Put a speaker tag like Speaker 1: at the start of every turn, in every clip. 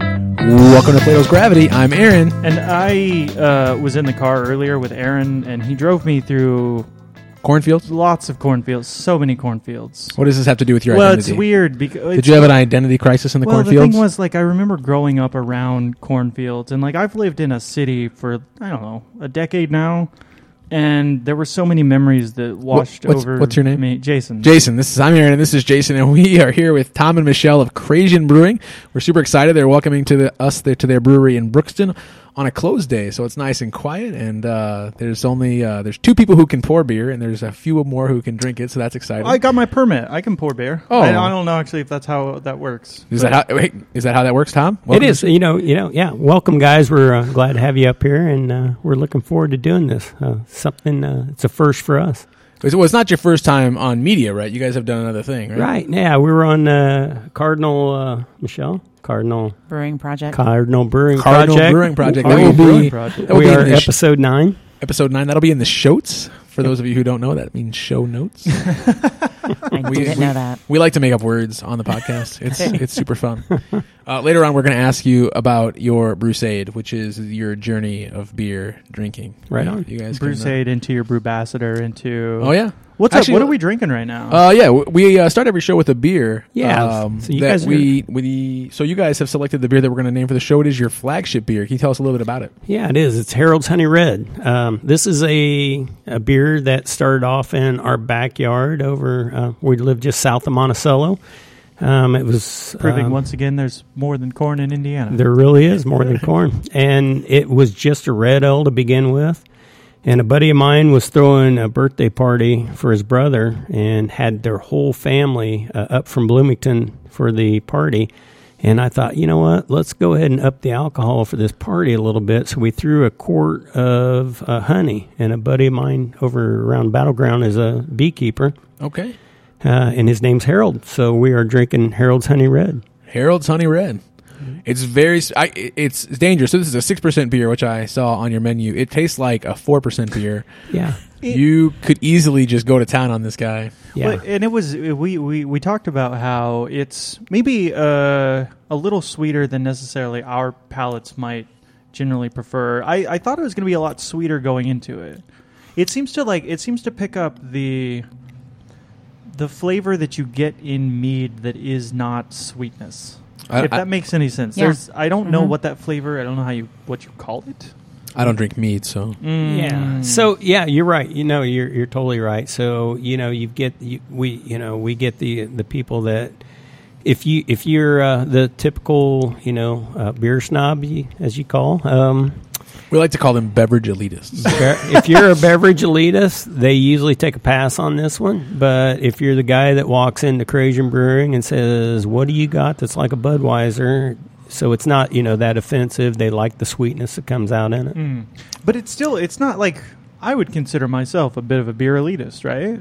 Speaker 1: Welcome to Plato's Gravity. I'm Aaron.
Speaker 2: And I uh, was in the car earlier with Aaron, and he drove me through
Speaker 1: Cornfields.
Speaker 2: lots of cornfields, so many cornfields.
Speaker 1: What does this have to do with your
Speaker 2: well,
Speaker 1: identity?
Speaker 2: it's weird because
Speaker 1: Did you have an identity crisis in the
Speaker 2: well, the
Speaker 1: cornfields?
Speaker 2: thing was, like, I remember growing up around cornfields, and like I've lived in a city for I don't know a decade now, and there were so many memories that washed
Speaker 1: what's-
Speaker 2: over.
Speaker 1: what's your name?
Speaker 2: Me, Jason.
Speaker 1: Jason, this is I'm Aaron, and this is Jason, and we are here with Tom and Michelle of Crazian Brewing. We're super excited. They're welcoming to the, us there, to their brewery in Brookston on a closed day, so it's nice and quiet. And uh, there's only uh, there's two people who can pour beer, and there's a few more who can drink it, so that's exciting.
Speaker 2: I got my permit. I can pour beer.
Speaker 1: Oh.
Speaker 2: I, I don't know actually if that's how that works.
Speaker 1: is that how wait, is that how that works, Tom?
Speaker 3: It
Speaker 1: Welcome.
Speaker 3: is, you know, you know, yeah. Welcome, guys. We're uh, glad to have you up here, and uh, we're looking forward to doing this. Uh, something, uh, it's a first for us,
Speaker 1: It's- Well, it's not your first time on media, right? You guys have done another thing, right?
Speaker 3: right? Yeah, we were on uh, Cardinal uh, Michelle Cardinal
Speaker 4: Brewing Project.
Speaker 3: Cardinal Brewing
Speaker 1: Cardinal
Speaker 3: Project.
Speaker 1: Brewing Project.
Speaker 3: We
Speaker 1: That will be-
Speaker 3: will be.
Speaker 2: project.
Speaker 1: that will
Speaker 3: we
Speaker 1: be in
Speaker 3: are
Speaker 1: the sh-
Speaker 3: episode nine.
Speaker 1: Episode nine. That'll be in the shotes. For those of you who don't know, that means show notes.
Speaker 4: I
Speaker 1: We-
Speaker 4: didn't
Speaker 1: we-
Speaker 4: know that.
Speaker 1: We like to make up words on the podcast. It's it's super fun. Uh, later on, we're going to ask you about your Bruceade, which is your journey of beer drinking.
Speaker 3: Right
Speaker 1: You-
Speaker 3: on.
Speaker 1: you guys. can, uh,
Speaker 2: Bruceade into your Brewbassador into
Speaker 1: Oh yeah.
Speaker 2: what's
Speaker 1: Actually,
Speaker 2: up? What are we drinking right now?
Speaker 1: Uh, yeah, w- we uh, start every show with a beer.
Speaker 3: Yeah,
Speaker 1: um,
Speaker 3: so you
Speaker 1: that
Speaker 3: guys are-
Speaker 1: we we so you guys have selected the beer that we're going to name for the show. It is your flagship beer. Can you tell us a little bit about it?
Speaker 3: Yeah, it is. It's Harold's Honey Red. Um, this is a, a beer that started off in our backyard over, uh, we lived just south of Monticello. Um, it was
Speaker 2: proving
Speaker 3: um,
Speaker 2: once again there's more than corn in Indiana.
Speaker 3: There really is more than corn. And it was just a red ale to begin with. And a buddy of mine was throwing a birthday party for his brother and had their whole family uh, up from Bloomington for the party. And I thought, you know what? Let's go ahead and up the alcohol for this party a little bit. So we threw a quart of uh, honey. And a buddy of mine over around Battleground is a beekeeper,
Speaker 1: Okay,
Speaker 3: uh, and his name's Harold. So we are drinking Harold's Honey Red.
Speaker 1: Harold's Honey Red.
Speaker 2: Mm-hmm.
Speaker 1: It's very s- I, it- it's it's dangerous. So this is a six percent beer, which I saw on your menu. It tastes like a four percent beer.
Speaker 3: Yeah.
Speaker 1: you could easily just go to town on this guy.
Speaker 3: Yeah.
Speaker 2: Well, and it was we, we we talked about how it's maybe uh, a little sweeter than necessarily our palates might generally prefer. I, I thought it was going to be a lot sweeter going into it. It seems to like it seems to pick up the the flavor that you get in mead that is not sweetness.
Speaker 1: I-
Speaker 2: if
Speaker 1: I-
Speaker 2: that makes any sense.
Speaker 4: Yeah.
Speaker 2: There's I don't know
Speaker 4: Mhm.
Speaker 2: what that flavor, I don't know how you what you call it.
Speaker 1: I don't drink mead, so
Speaker 2: Mm.
Speaker 3: Yeah.
Speaker 1: Mm.
Speaker 3: So yeah, you're right. You know, you're you're totally right. So you know, you get you, we you know we get the the people that if you if you're uh, the typical you know uh, beer snob you, as you call. Um,
Speaker 1: we like to call them beverage elitists.
Speaker 3: if you're a beverage elitist, they usually take a pass on this one. But if you're the guy that walks into Crazian Brewing and says, "What do you got that's like a Budweiser?" So it's not you know that offensive. They like the sweetness that comes out in it.
Speaker 2: But it's still it's not like I would consider myself a bit of a beer elitist, right?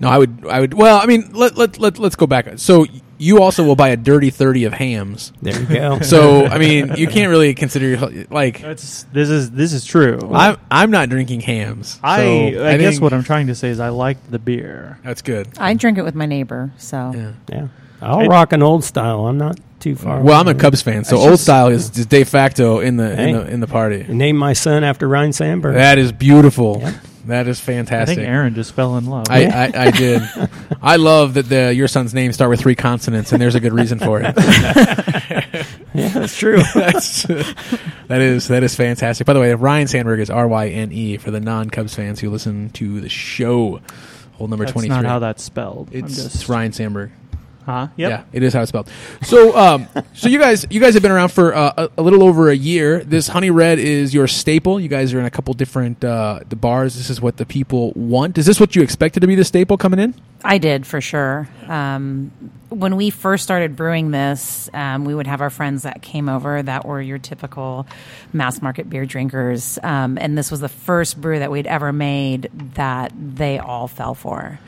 Speaker 1: no, I would, I would. Well, I mean, let let let let's go back. So you also will buy a dirty thirty of hams.
Speaker 3: There you go.
Speaker 1: So I mean, you can't really consider your- like
Speaker 2: That's this is this is true.
Speaker 1: I'm I'm not drinking hams.
Speaker 2: I,
Speaker 1: so
Speaker 2: I guess
Speaker 1: think
Speaker 2: what I'm trying to say is I liked the beer.
Speaker 1: that's good.
Speaker 4: I drink it with my neighbor, so
Speaker 1: Yeah.
Speaker 3: Yeah. I'll
Speaker 2: It-
Speaker 3: rock an old style. I'm not too far.
Speaker 1: Well, I'm
Speaker 3: away.
Speaker 1: a Cubs fan, so
Speaker 3: It's
Speaker 1: old
Speaker 3: just-
Speaker 1: style is just de facto in the in
Speaker 3: Hey.
Speaker 1: the in the party.
Speaker 3: Name my son after Ryan Sandberg.
Speaker 1: That is beautiful.
Speaker 3: Yeah.
Speaker 1: That is
Speaker 2: I
Speaker 1: fantastic.
Speaker 2: think Aaron just fell in love.
Speaker 1: I, I, I did. I love that the your son's name start with three consonants, and there's a good reason for it.
Speaker 3: yeah, that's true.
Speaker 1: That's, that is that is fantastic. By the way, Ryan Sandberg is R Y N E for the non Cubs fans who listen to the show. Hole number
Speaker 2: that's
Speaker 1: twenty three.
Speaker 2: not how that's spelled. I'm
Speaker 1: it's
Speaker 2: just,
Speaker 1: Ryan Sandberg.
Speaker 2: Huh? Yep.
Speaker 1: Yeah, it is how it's spelled. So, um, so you guys, you guys have been around for uh, a, a little over a year. This honey red is your staple. You guys are in a couple different uh, the bars. This is what the people want. Is this what you expected to be the staple coming in?
Speaker 4: I did for sure. Um, when we first started brewing this, um, we would have our friends that came over that were your typical mass market beer drinkers, um, and this was the first brew that we'd ever made that they all fell for.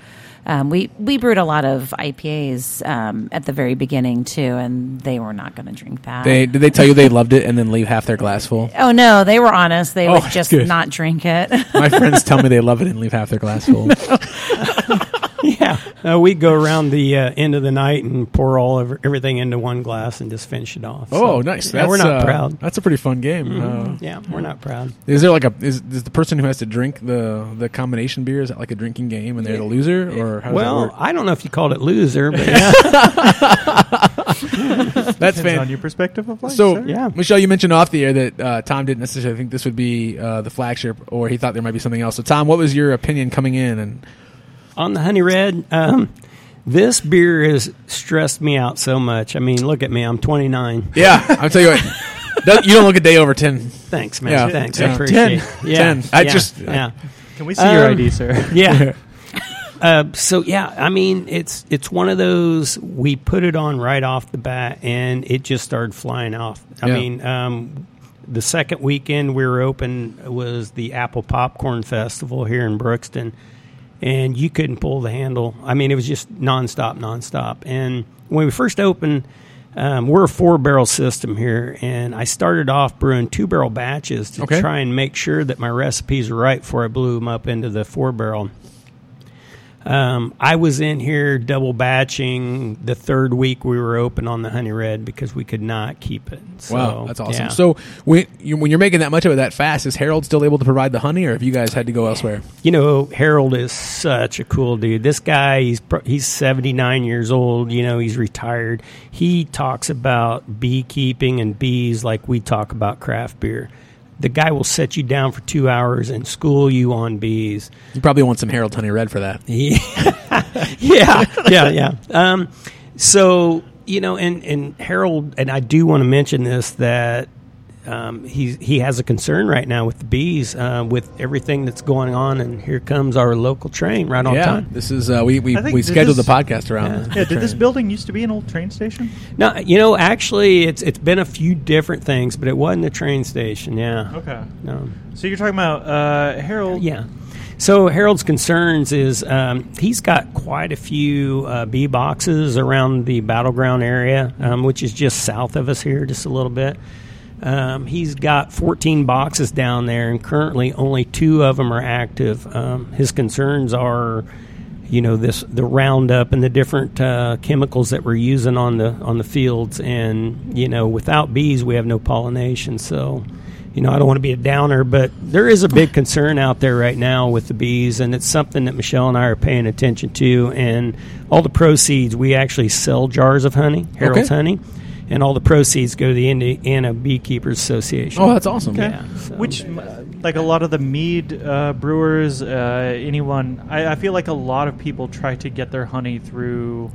Speaker 4: Um, we we brewed a lot of IPAs um, at the very beginning too, and they were not going to drink that.
Speaker 1: They did they tell you they loved it and then leave half their glass full?
Speaker 4: oh no, they were honest. They
Speaker 1: Oh,
Speaker 4: would
Speaker 1: that's
Speaker 4: just
Speaker 1: good.
Speaker 4: not drink it.
Speaker 1: My friends tell me they love it and leave half their glass full.
Speaker 3: yeah, uh, we go around the uh, end of the night and pour all of everything into one glass and just finish it off.
Speaker 1: Oh,
Speaker 3: So,
Speaker 1: nice.
Speaker 3: Yeah, we're
Speaker 1: That's,
Speaker 3: not
Speaker 1: uh,
Speaker 3: proud. Mm-hmm.
Speaker 1: That's a pretty fun game. Uh,
Speaker 3: Yeah, we're not proud.
Speaker 1: Is there like a is, is the person who has to drink the the combination beer is that like a drinking game and they're the loser or how does that
Speaker 3: Well,
Speaker 1: work?
Speaker 3: I don't know if you called it loser, but
Speaker 1: That's
Speaker 2: Depends on
Speaker 1: fantastic.
Speaker 2: your perspective of life.
Speaker 1: So
Speaker 2: sir.
Speaker 1: yeah,
Speaker 3: Yeah.
Speaker 1: Michelle, you mentioned off the air that uh, Tom didn't necessarily think this would be uh, the flagship, or he thought there might be something else. So Tom, what was your opinion coming in? And
Speaker 3: on the honey red um, this beer has stressed me out so much i mean look at me i'm 29
Speaker 1: yeah, I'll tell you what, don't- you don't look a day over ten.
Speaker 3: thanks man
Speaker 1: Yeah.
Speaker 3: thanks
Speaker 1: Yeah.
Speaker 3: i appreciate it yeah
Speaker 1: 10. I
Speaker 3: yeah,
Speaker 1: just-
Speaker 3: yeah
Speaker 2: Can we see your
Speaker 3: Um,
Speaker 2: ID, sir?
Speaker 3: yeah uh, so yeah i mean it's it's one of those we put it on right off the bat and it just started flying off i
Speaker 1: Yeah.
Speaker 3: mean um, the second weekend we were open was the apple popcorn festival here in brookston and you couldn't pull the handle i mean it was just nonstop nonstop and when we first opened um, we're a four barrel system here and i started off brewing two barrel batches to
Speaker 1: Okay.
Speaker 3: try and make sure that my recipes were right before i blew them up into the four barrel um, I was in here double batching the third week we were open on the Honey Red because we could not keep it. So,
Speaker 1: wow, that's awesome.
Speaker 3: yeah.
Speaker 1: So when you, when you're making that much of it that fast, is Harold still able to provide the honey, or have you guys had to go elsewhere?
Speaker 3: you know, Harold is such a cool dude. This guy, he's pro- he's seventy nine years old. You know, he's retired. He talks about beekeeping and bees like we talk about craft beer. The guy will set you down for two hours and school you on bees.
Speaker 1: You probably want some Harold Honey Red for that.
Speaker 3: Yeah, yeah, yeah, yeah. Um, so you know, and and Harold, and I do want to mention this that um, he's he has a concern right now with the bees, uh, with everything that's going on, and here comes our local train right on
Speaker 1: yeah,
Speaker 3: time.
Speaker 1: this is uh, we we,
Speaker 2: I think
Speaker 1: we
Speaker 2: that
Speaker 1: scheduled
Speaker 2: this-
Speaker 1: the podcast around.
Speaker 3: Yeah.
Speaker 1: the
Speaker 2: Yeah, did this
Speaker 1: train.
Speaker 2: building used to be an old train station?
Speaker 3: No, you know, actually, it's it's been a few different things, but it wasn't a train station. Yeah. Um,
Speaker 2: Okay.
Speaker 3: No.
Speaker 2: So you're talking about uh, Harold.
Speaker 3: Yeah. So Harold's concerns is um, he's got quite a few uh, bee boxes around the battleground area, um, which is just south of us here, just a little bit. Um, he's got 14 boxes down there, and currently only two of them are active. Um, his concerns are, you know, this the Roundup and the different uh, chemicals that we're using on the on the fields, and you know, without bees, we have no pollination. So, you know, I don't want to be a downer, but there is a big concern out there right now with the bees, and it's something that Michelle and I are paying attention to. And all the proceeds, we actually sell jars of honey, Harold's
Speaker 1: Okay.
Speaker 3: honey, and all the proceeds go to the Indiana Beekeepers Association.
Speaker 1: Oh, that's awesome.
Speaker 2: Okay.
Speaker 3: Yeah, so-
Speaker 2: Which, m- like a lot of the mead uh, brewers, uh, anyone, I, I feel like a lot of people try to get their honey through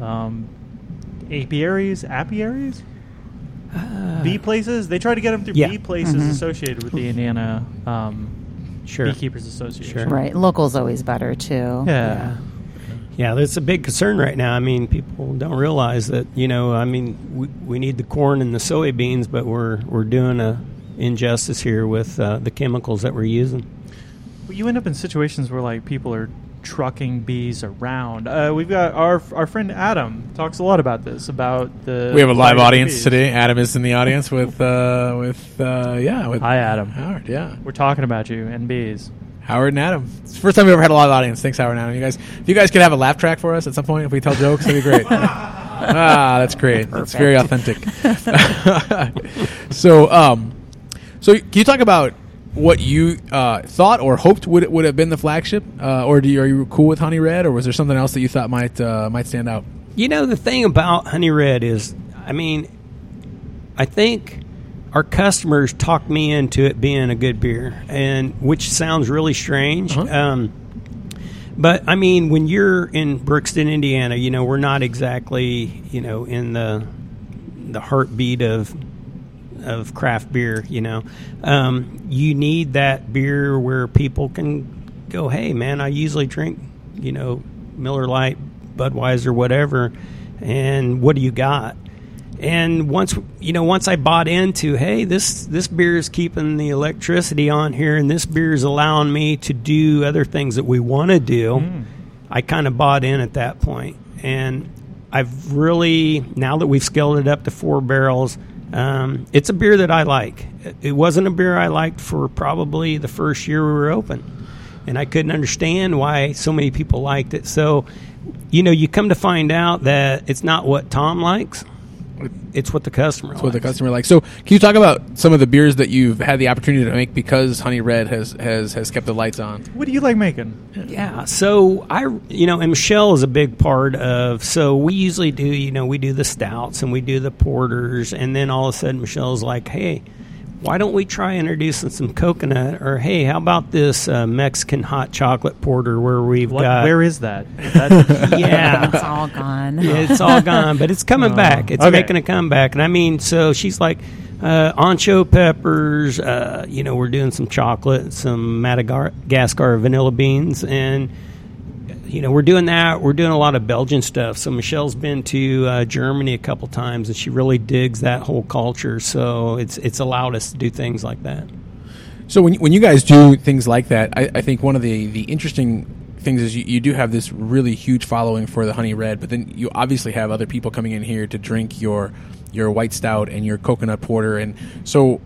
Speaker 2: um, apiaries, apiaries,
Speaker 3: Uh,
Speaker 2: bee places. They try to get them through
Speaker 3: Yeah.
Speaker 2: bee places associated with the Indiana um,
Speaker 3: Sure.
Speaker 2: Beekeepers Association.
Speaker 3: Sure.
Speaker 4: Right. Local's always better too.
Speaker 2: Yeah.
Speaker 3: Yeah, that's a big concern right now. I mean, people don't realize that, you know, I mean, we, we need the corn and the soybeans, but we're, we're doing a injustice here with uh, the chemicals that we're using.
Speaker 2: Well, you end up in situations where like people are trucking bees around. Uh, we've got our our friend Adam talks a lot about this about the.
Speaker 1: We have a live
Speaker 2: fire
Speaker 1: audience
Speaker 2: bees.
Speaker 1: today. Adam is in the audience with uh, with uh, yeah with
Speaker 2: Hi, Adam.
Speaker 1: Howard. Yeah,
Speaker 2: We're talking about you and bees.
Speaker 1: Howard and Adam. It's the first time we've ever had a live audience. Thanks, Howard and Adam. You guys, if you guys could have a laugh track for us at some point, if we tell jokes, that'd be great. ah, that's great. That's very authentic. so, um, so can you talk about what you uh, thought or hoped would would have been the flagship, uh, or do you, are you cool with Honey Red, or was there something else that you thought might uh, might stand out?
Speaker 3: You know, the thing about Honey Red is, I mean, I think our customers talked me into it being a good beer, and which sounds really strange.
Speaker 1: Uh-huh.
Speaker 3: Um, but I mean, when you're in Brixton, Indiana, you know, we're not exactly, you know, in the the heartbeat of of craft beer. You know, um, you need that beer where people can go, "Hey, man, I usually drink, you know, Miller Lite, Budweiser, whatever." And what do you got? And once you know, once I bought into, hey, this this beer is keeping the electricity on here, and this beer is allowing me to do other things that we want to do. I kind of bought in at that point, and I've really now that we've scaled it up to four barrels. Um, it's a beer that I like. It- It wasn't a beer I liked for probably the first year we were open, and I couldn't understand why so many people liked it. So, you know, you come to find out that it's not what Tom likes; it's what the customer
Speaker 1: what the
Speaker 3: likes.
Speaker 1: customer likes. So, can you talk about some of the beers that you've had the opportunity to make because Honey Red has has has kept the lights on?
Speaker 2: What do you like making?
Speaker 3: Yeah. So I, you know, and Michelle is a big part of. So we usually do, you know, we do the stouts and we do the porters, and then all of a sudden Michelle's like, "Hey, why don't we try introducing some coconut?" Or, "Hey, how about this uh, Mexican hot chocolate porter where we've
Speaker 2: What,
Speaker 3: got?"
Speaker 2: Uh, where is that? That-
Speaker 3: yeah.
Speaker 4: It's all gone.
Speaker 3: it's all gone, but it's coming back. It's
Speaker 2: okay.
Speaker 3: making a comeback, and I mean, so she's like uh, ancho peppers. Uh, you know, we're doing some chocolate, and some Madagascar vanilla beans, and you know, we're doing that. We're doing a lot of Belgian stuff. So Michelle's been to uh, Germany a couple times, and she really digs that whole culture. So it's it's allowed us to do things like that.
Speaker 1: So when when you guys do things like that, I, I think one of the the interesting things is you, you do have this really huge following for the honey red, but then you obviously have other people coming in here to drink your your white stout and your coconut porter, and so.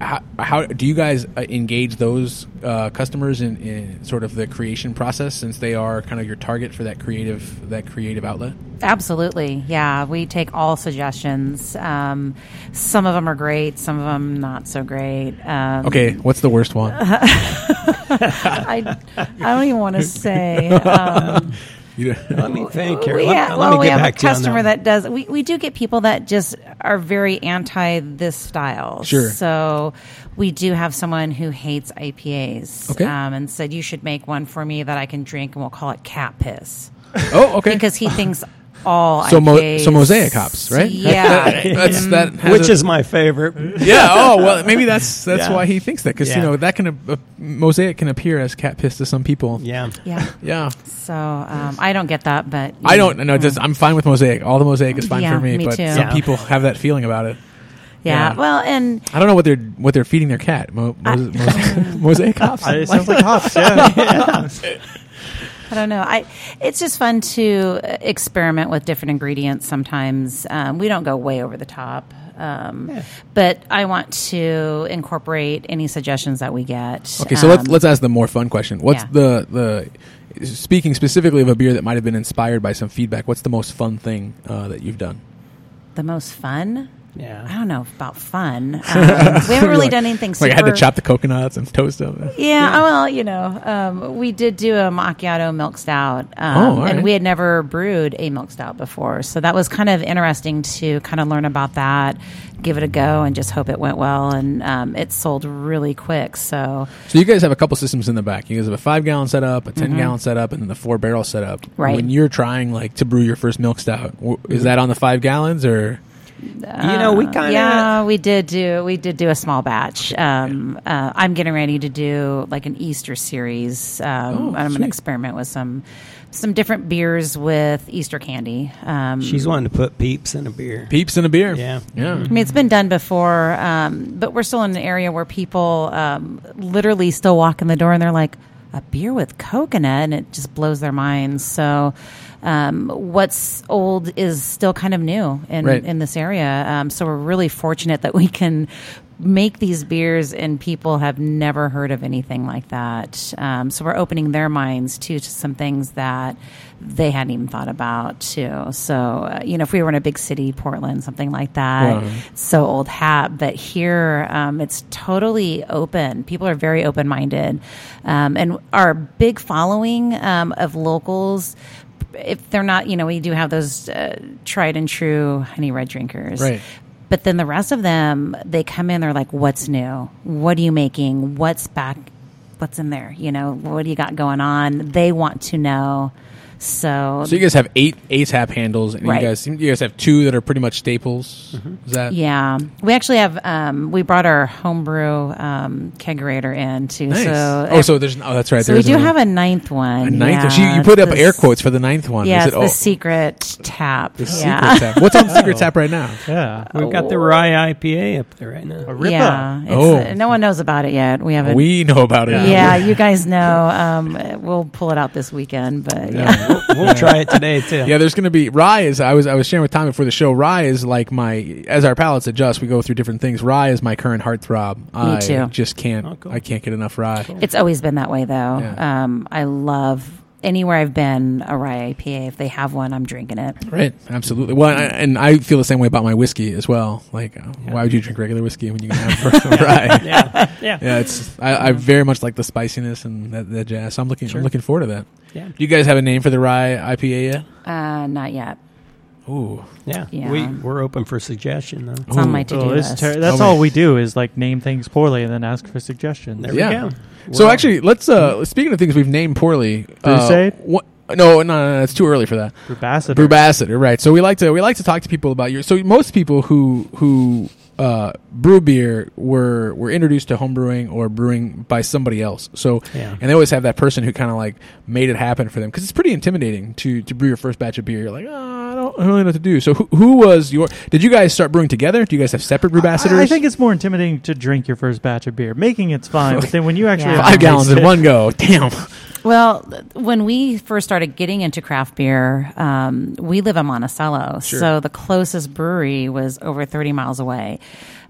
Speaker 1: How, how do you guys uh, engage those uh, customers in, in sort of the creation process since they are kind of your target for that creative that creative outlet?
Speaker 4: Absolutely. Yeah. We take all suggestions. Um, some of them are great, some of them not so great. Um,
Speaker 1: Okay, what's the worst one?
Speaker 4: I, I don't even want to say. Um,
Speaker 1: You-
Speaker 3: Let me thank you.
Speaker 4: we
Speaker 3: Let,
Speaker 4: ha-
Speaker 3: let
Speaker 4: well,
Speaker 3: me
Speaker 4: we
Speaker 3: get
Speaker 4: have
Speaker 3: back
Speaker 4: a
Speaker 3: to you on
Speaker 4: customer
Speaker 3: one.
Speaker 4: that, does. We, we do get people that just are very anti this style.
Speaker 1: Sure.
Speaker 4: So we do have someone who hates IPAs.
Speaker 1: Okay.
Speaker 4: Um, and said you should make one for me that I can drink, and we'll call it cat piss
Speaker 1: oh, okay.
Speaker 4: because he thinks all
Speaker 1: so mo-
Speaker 4: IPAs
Speaker 1: so mosaic hops, right?
Speaker 4: Yeah.
Speaker 1: that's that. has
Speaker 3: which
Speaker 1: a-
Speaker 3: is my favorite.
Speaker 1: yeah. Oh well, maybe that's that's
Speaker 3: Yeah.
Speaker 1: why he thinks that because you
Speaker 3: Yeah.
Speaker 1: know that can ap- uh, mosaic can appear as cat piss to some people.
Speaker 3: Yeah.
Speaker 4: yeah.
Speaker 1: Yeah.
Speaker 4: So um, I don't get that, but
Speaker 1: I don't know. Just, I'm fine with mosaic. All the mosaic is fine
Speaker 4: Yeah,
Speaker 1: for me,
Speaker 4: me
Speaker 1: but
Speaker 4: too.
Speaker 1: some
Speaker 3: Yeah.
Speaker 1: people have that feeling about it.
Speaker 4: Yeah.
Speaker 1: Yeah.
Speaker 4: Well, and
Speaker 1: I don't know what they're what they're feeding their cat. Mo- mos- mos- mosaic
Speaker 4: Um,
Speaker 1: hops.
Speaker 2: I- it sounds like hops. Yeah.
Speaker 4: I don't know. I it's just fun to uh, experiment with different ingredients. Sometimes um, we don't go way over the top, um, but I want to incorporate any suggestions that we get.
Speaker 1: Okay, so let's
Speaker 4: Um,
Speaker 1: let's ask the more fun question. What's
Speaker 4: yeah.
Speaker 1: the the speaking specifically of a beer that might have been inspired by some feedback? What's the most fun thing uh, that you've done?
Speaker 4: the most fun.
Speaker 3: Yeah.
Speaker 4: I don't know about fun. Um, we haven't really done anything. Super,
Speaker 1: Like I had to chop the coconuts and toast them.
Speaker 4: Yeah, oh, well, you know, um, we did do a macchiato milk stout,
Speaker 1: Oh,
Speaker 4: um,
Speaker 1: all
Speaker 4: and
Speaker 1: right.
Speaker 4: we had never brewed a milk stout before, so that was kind of interesting to kind of learn about that, give it a go, and just hope it went well. And um, it sold really quick, so
Speaker 1: So you guys have a couple systems in the back. You guys have a five gallon setup, a 10 gallon setup, and then the four barrel setup.
Speaker 4: Mm-hmm. Right.
Speaker 1: When you're trying like to brew your first milk stout, w- is that on the five gallons or?
Speaker 3: you know, we kind of
Speaker 4: yeah, we did do we did do a small batch. Um, uh, I'm getting ready to do like an Easter series. Um,
Speaker 1: Oh,
Speaker 4: and I'm going
Speaker 1: sweet.
Speaker 4: to experiment with some some different beers with Easter candy. Um,
Speaker 3: She's wanting to put peeps in a beer.
Speaker 1: Peeps in a beer.
Speaker 3: Yeah.
Speaker 1: Yeah.
Speaker 4: I mean, it's been done before, um, but we're still in an area where people um, literally still walk in the door and they're like, a beer with coconut, and it just blows their minds. So, um, what's old is still kind of new in,
Speaker 1: Right.
Speaker 4: in this area. Um, so, we're really fortunate that we can make these beers, and people have never heard of anything like that. Um, so, we're opening their minds too to some things that they hadn't even thought about, too. So, uh, you know, if we were in a big city, Portland, something like
Speaker 1: Wow.
Speaker 4: that it's so old hat, but here um, it's totally open. People are very open minded. Um, and our big following um, of locals, if they're not, you know, we do have those uh, tried and true honey red drinkers.
Speaker 1: Right.
Speaker 4: But then the rest of them, they come in, they're like, what's new? What are you making? What's back? What's in there? You know, what do you got going on? They want to know. So,
Speaker 1: So you guys have eight ASAP handles, and
Speaker 4: Right. Mm-hmm.
Speaker 1: you guys you guys have two that are pretty much staples. Is that?
Speaker 4: Yeah, we actually have. Um, we brought our homebrew um, kegerator in too.
Speaker 1: Nice.
Speaker 4: So
Speaker 1: oh, so there's oh that's right.
Speaker 4: so
Speaker 1: there
Speaker 4: we
Speaker 1: is
Speaker 4: do
Speaker 1: another-
Speaker 4: have a ninth one.
Speaker 1: a ninth.
Speaker 4: Yeah,
Speaker 1: one. So you, you put up
Speaker 4: the
Speaker 1: air
Speaker 4: s-
Speaker 1: quotes for the ninth one.
Speaker 4: Yeah,
Speaker 1: Is
Speaker 4: it's
Speaker 1: it-
Speaker 4: the
Speaker 1: oh,
Speaker 4: secret tap.
Speaker 1: the secret
Speaker 4: yeah,
Speaker 1: tap. What's on secret tap right now?
Speaker 2: yeah.
Speaker 3: We've got the rye IPA up there right now.
Speaker 2: Ripper.
Speaker 4: yeah. It's,
Speaker 1: Oh.
Speaker 4: uh, no one knows about it yet. We haven't.
Speaker 1: We know about it.
Speaker 4: yeah, you guys know. Um, we'll pull it out this weekend, but yeah.
Speaker 3: We'll, we'll try it today too.
Speaker 1: Yeah, there's going to be rye is I was I was sharing with Tom before the show. Rye is like my as our palates adjust, we go through different things. Rye is my current heartthrob. Me I
Speaker 4: too.
Speaker 1: just can't
Speaker 3: Oh, cool.
Speaker 1: I can't get enough rye.
Speaker 4: It's always been that way, though.
Speaker 1: Yeah.
Speaker 4: Um, I love anywhere I've been a rye IPA. If they have one, I'm drinking it.
Speaker 1: Right, absolutely. Well, and I, and I feel the same way about my whiskey as well. Like, uh, why would you drink regular whiskey when you can have rye?
Speaker 3: yeah, yeah,
Speaker 1: Yeah, it's I, I very much like the spiciness and that, that jazz. So I'm looking
Speaker 3: Sure.
Speaker 1: I'm looking forward to that.
Speaker 3: yeah,
Speaker 1: Do you guys have a name for the rye IPA yet?
Speaker 4: Uh, not yet.
Speaker 1: Ooh,
Speaker 3: yeah.
Speaker 4: Yeah.
Speaker 3: We we're open for suggestion though.
Speaker 4: It's on my
Speaker 1: Ooh.
Speaker 4: to do
Speaker 2: Oh, this
Speaker 4: list.
Speaker 2: ter- that's
Speaker 1: Oh,
Speaker 2: all
Speaker 1: wait.
Speaker 2: we do is like name things poorly and then ask for suggestions.
Speaker 3: There
Speaker 1: Yeah.
Speaker 3: we go.
Speaker 1: So
Speaker 3: We're-
Speaker 1: actually, let's uh speaking of things we've named poorly.
Speaker 2: Crusade?
Speaker 1: Uh, what? No, no, no, no, it's too early for that.
Speaker 2: Brubassador.
Speaker 1: Brewbassador, right? So we like to we like to talk to people about your. So most people who who uh, brew beer were were introduced to homebrewing or brewing by somebody else. So
Speaker 3: Yeah.
Speaker 1: and they always have that person who kind of like made it happen for them because it's pretty intimidating to to brew your first batch of beer. You're like, oh, I don't I don't really know what to do. So who, who was your? Did you guys start brewing together? Do you guys have separate brewbassadors?
Speaker 2: I, I think it's more intimidating to drink your first batch of beer. Making it's fine, but then when you actually
Speaker 4: Yeah.
Speaker 2: have to
Speaker 1: five gallons
Speaker 2: taste
Speaker 1: in
Speaker 2: it-
Speaker 1: one go. Damn.
Speaker 4: Well, th- when we first started getting into craft beer, um, we live in Monticello, so the closest brewery was over 30 miles away.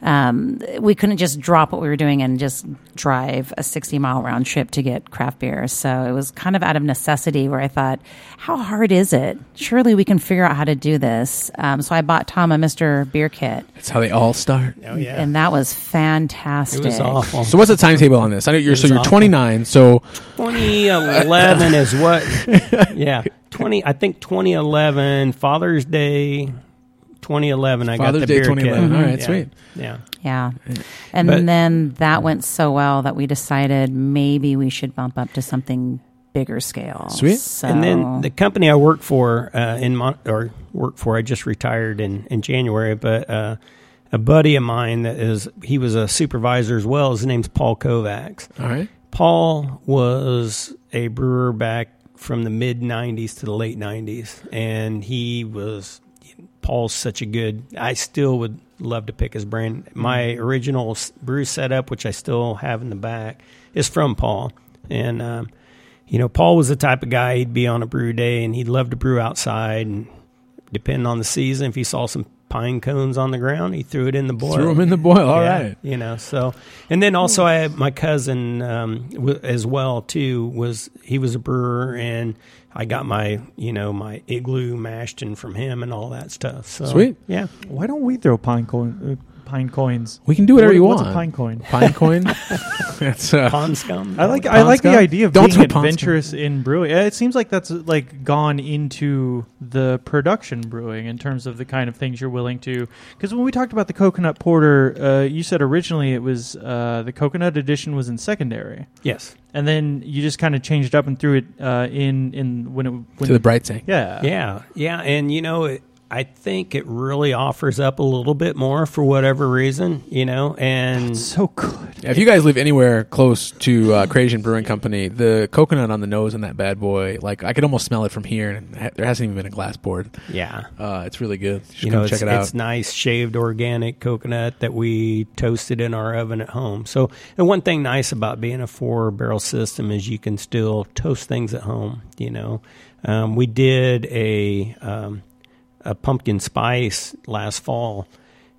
Speaker 4: Um, we couldn't just drop what we were doing and just drive a 60 mile round trip to get craft beer. So it was kind of out of necessity where I thought, how hard is it? Surely we can figure out how to do this. Um, so I bought Tom a Mr. Beer Kit,
Speaker 1: That's how they all start.
Speaker 3: oh yeah,
Speaker 4: and that was
Speaker 3: it
Speaker 4: fantastic.
Speaker 3: was awful.
Speaker 1: So what's the timetable on this? I know you're so
Speaker 3: It's
Speaker 1: you're
Speaker 3: awful.
Speaker 1: 29. So
Speaker 3: 2011 is what? Yeah, 20. I think 2011 Father's Day. 2011. I
Speaker 1: Father's
Speaker 3: got the
Speaker 1: Day
Speaker 3: beer kit.
Speaker 1: 2011. All right,
Speaker 3: Yeah.
Speaker 1: sweet.
Speaker 3: Yeah.
Speaker 4: Yeah. And
Speaker 3: But-
Speaker 4: then that went so well that we decided maybe we should bump up to something bigger scale.
Speaker 1: Sweet.
Speaker 4: So,
Speaker 3: And then the company I work for uh, in Mon- or work for, I just retired in, in January, but uh, a buddy of mine that is he was a supervisor as well. His name's Paul Kovacs.
Speaker 1: all right.
Speaker 3: Paul was a brewer back from the mid '90s to the late '90s, and he was Paul's such a good. I still would love to pick his brain.
Speaker 1: Mm-hmm.
Speaker 3: My original s- brew setup, which I still have in the back, is from Paul, and um, you know Paul was the type of guy he'd be on a brew day and he'd love to brew outside and depending on the season, if he saw some pine cones on the ground, he threw it in the boil.
Speaker 1: Threw 'em in the boil. All right.
Speaker 3: Yeah, You know, so and then also I had my cousin um, w- as well too was he was a brewer and I got my you know my igloo mashed in from him and all that stuff. So
Speaker 1: Sweet.
Speaker 3: yeah,
Speaker 2: Why don't we throw pine coin, uh, pine coins?
Speaker 1: We can do whatever
Speaker 2: What-
Speaker 1: you
Speaker 2: what's
Speaker 1: want.
Speaker 2: a pine coin?
Speaker 1: Pine coin. That's uh,
Speaker 3: pond scum.
Speaker 2: I like I
Speaker 1: Pond
Speaker 2: like the
Speaker 1: scum?
Speaker 2: idea of
Speaker 1: Don't
Speaker 2: being
Speaker 1: throw pond
Speaker 2: adventurous in brewing. Uh, It seems like that's uh, like gone into the production brewing in terms of the kind of things you're willing to. Because when we talked about the coconut porter, uh, you said originally it was uh, the coconut edition was in secondary,
Speaker 3: yes.
Speaker 2: and then you just kind of changed it up and threw it uh, in in when it when
Speaker 1: to the bright tank.
Speaker 2: yeah
Speaker 3: Yeah, yeah, and you know, it, I think it really offers up a little bit more for whatever reason, you know, and
Speaker 2: so good.
Speaker 1: If you guys live anywhere close to uh, Cajun Brewing Company, the coconut on the nose on that bad boy, like I could almost smell it from here, and ha- there hasn't even been a glass board.
Speaker 3: yeah.
Speaker 1: Uh, it's really good. You should
Speaker 3: you
Speaker 1: come
Speaker 3: know,
Speaker 1: check
Speaker 3: it's,
Speaker 1: it out.
Speaker 3: it's nice shaved organic coconut that we toasted in our oven at home. So, and one thing nice about being a four barrel system is you can still toast things at home. You know, um, we did a um, a pumpkin spice last fall,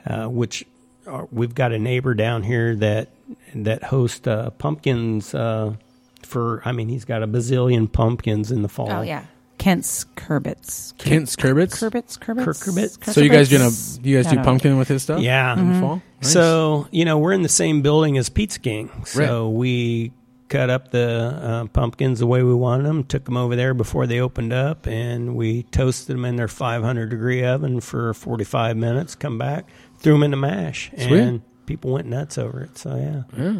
Speaker 3: uh, which are, we've got a neighbor down here that that hosts uh, pumpkins. Uh, for I mean, he's got a bazillion pumpkins in the fall.
Speaker 4: oh, yeah. Kent's Kerbits.
Speaker 1: Kent's Kerbits.
Speaker 4: Kerbits? Kerbits?
Speaker 3: Kerbits.
Speaker 1: So you guys doing a
Speaker 4: Kerbits?
Speaker 1: you guys
Speaker 4: I
Speaker 1: do
Speaker 4: don't know.
Speaker 1: pumpkin with his stuff?
Speaker 3: Yeah. Mm-hmm.
Speaker 1: in
Speaker 4: Mm-hmm.
Speaker 1: the fall. Nice.
Speaker 3: So you know we're in the same building as Pizza King, so we cut up the uh, pumpkins the way we wanted them, took them over there before they opened up, and we toasted them in their 500 degree oven for 45 minutes. Come back, threw them in the mash,
Speaker 1: Sweet.
Speaker 3: and people went nuts over it. So yeah,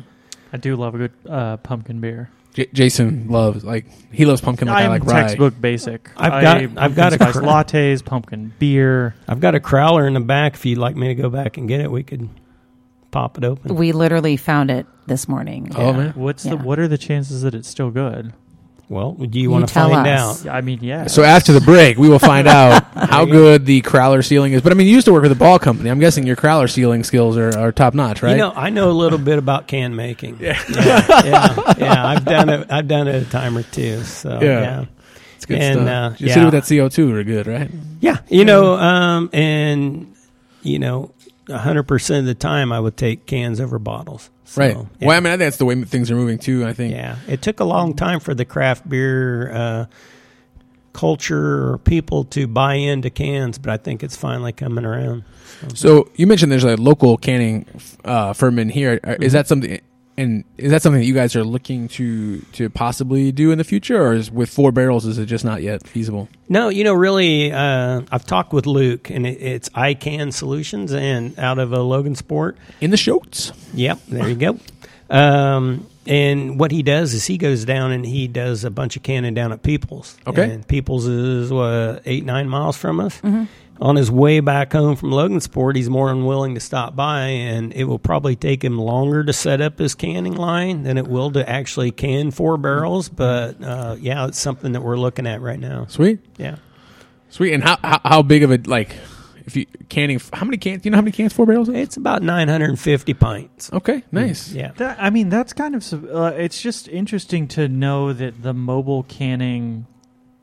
Speaker 2: I do love a good uh, pumpkin beer.
Speaker 1: J- Jason loves like he loves pumpkin like i
Speaker 2: I'm
Speaker 1: like rye.
Speaker 2: textbook basic.
Speaker 3: I've
Speaker 2: I-
Speaker 3: got- I've
Speaker 2: pumpkin
Speaker 3: got a
Speaker 2: spice
Speaker 3: cr-
Speaker 2: lattes, pumpkin beer.
Speaker 3: I've got a crowler in the back. If you'd like me to go back and get it, we could pop it open.
Speaker 4: We literally found it this morning.
Speaker 1: Oh man.
Speaker 2: What's the
Speaker 4: Yeah.
Speaker 2: what are the chances that it's still good?
Speaker 3: Well, do you,
Speaker 4: You
Speaker 3: want to
Speaker 4: tell
Speaker 3: find
Speaker 4: us.
Speaker 3: out?
Speaker 2: I mean, yeah.
Speaker 1: So after the break, we will find out how good the crowler sealing is. But I mean, you used to work with a ball company. I'm guessing your crowler sealing skills are, are top notch, right?
Speaker 3: You know, I know a little bit about can making. Yeah, yeah, yeah. I've done it. I've done it a time or two. So
Speaker 1: Yeah.
Speaker 3: yeah,
Speaker 1: It's It's good
Speaker 3: And,
Speaker 1: stuff.
Speaker 3: uh,
Speaker 1: you
Speaker 3: yeah. Mm-hmm.
Speaker 1: said with that CO two are good, right?
Speaker 3: Yeah, you know, um, and you know, hundred percent of the time, I would take cans over bottles. So,
Speaker 1: right.
Speaker 3: yeah.
Speaker 1: Well, I mean, I think that's the way things are moving too. I think.
Speaker 3: yeah, it took a long time for the craft beer uh, culture or people to buy into cans, but I think it's finally coming around.
Speaker 1: So you mentioned there's a local canning uh, firm in here. Are-
Speaker 3: Mm-hmm.
Speaker 1: Is that something? And is that something that you guys are looking to to possibly do in the future, or is with four barrels is it just not yet feasible?
Speaker 3: No, you know, really, uh, I've talked with Luke, and it, it's iCan Solutions, and out of uh, Logan Sport,
Speaker 1: In the shorts.
Speaker 3: Yep, there you go. Um, and what he does is he goes down and he does a bunch of canning down at Peoples.
Speaker 1: Okay.
Speaker 3: And Peoples is what, eight nine miles from us. On his way back home from Logansport, he's more than willing to stop by, and it will probably take him longer to set up his canning line than it will to actually can four barrels. But uh, yeah, it's something that we're looking at right now.
Speaker 1: Sweet,
Speaker 3: Yeah.
Speaker 1: sweet. And how how, how big of a like if you canning? How many cans? Do you know how many cans four barrels is?
Speaker 3: It's about 950 pints.
Speaker 1: Okay, nice.
Speaker 3: Mm. Yeah.
Speaker 2: That, I mean, that's kind of. sub- Uh, it's just interesting to know that the mobile canning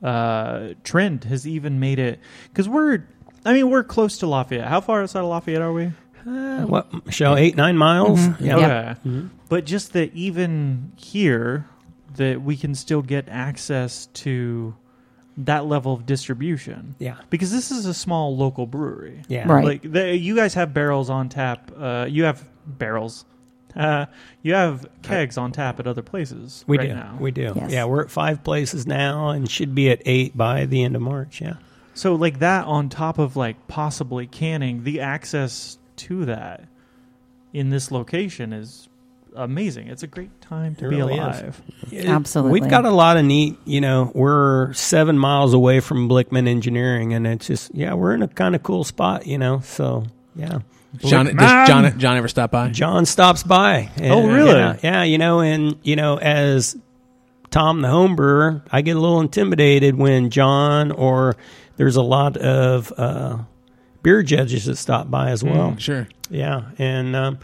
Speaker 2: uh, trend has even made it because we're. I mean, we're close to Lafayette. How far outside of Lafayette are we?
Speaker 3: Uh, what, Michelle, eight, nine miles?
Speaker 2: Mm-hmm.
Speaker 3: Yeah. Mm-hmm.
Speaker 4: Yeah.
Speaker 2: Okay. But just that even here, that we can still get access to that level of distribution
Speaker 3: Yeah.
Speaker 2: because this is a small local brewery.
Speaker 3: Yeah.
Speaker 4: Right.
Speaker 2: Like the, you guys have barrels on tap. Uh, you have barrels. Uh, you have kegs on tap at other places.
Speaker 3: We
Speaker 2: right
Speaker 3: do.
Speaker 2: Now.
Speaker 3: We do.
Speaker 4: Yes.
Speaker 3: Yeah, we're at five places now and should be at eight by the end of March. Yeah.
Speaker 2: so like that on top of like possibly canning the access to that in this location is amazing. It's a great time to
Speaker 3: It
Speaker 2: be
Speaker 3: really is.
Speaker 2: alive.
Speaker 4: Absolutely.
Speaker 3: We've got a lot of neat, you know, we're seven miles away from Blickman Engineering and it's just, yeah, we're in a kind of cool spot, you know, so yeah.
Speaker 1: John, does
Speaker 2: Man!
Speaker 1: John John ever stop by?
Speaker 3: John stops by. and- uh,
Speaker 2: Oh, really?
Speaker 3: Yeah, yeah, you know, and, you know, as Tom the home brewer, I get a little intimidated when John or there's a lot of uh, beer judges that stop by
Speaker 2: Hmm.
Speaker 3: as well.
Speaker 1: Sure.
Speaker 3: Yeah, and um,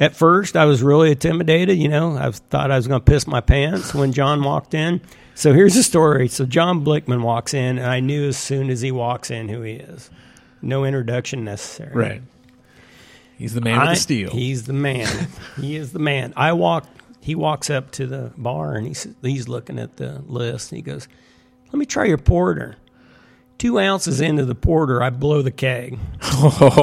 Speaker 3: at first I was really intimidated. You know, I was- thought I was going to piss my pants when John walked in. So here's the story. So John Blickman walks in, and I knew as soon as he walks in who he is. No introduction necessary.
Speaker 1: Right. He's the man with
Speaker 3: I-
Speaker 1: the steel.
Speaker 3: He's the man. he is the man. I walk. He walks up to the bar and he's he's looking at the list. And he goes, "Let me try your porter." Two ounces into the porter, I blow the keg.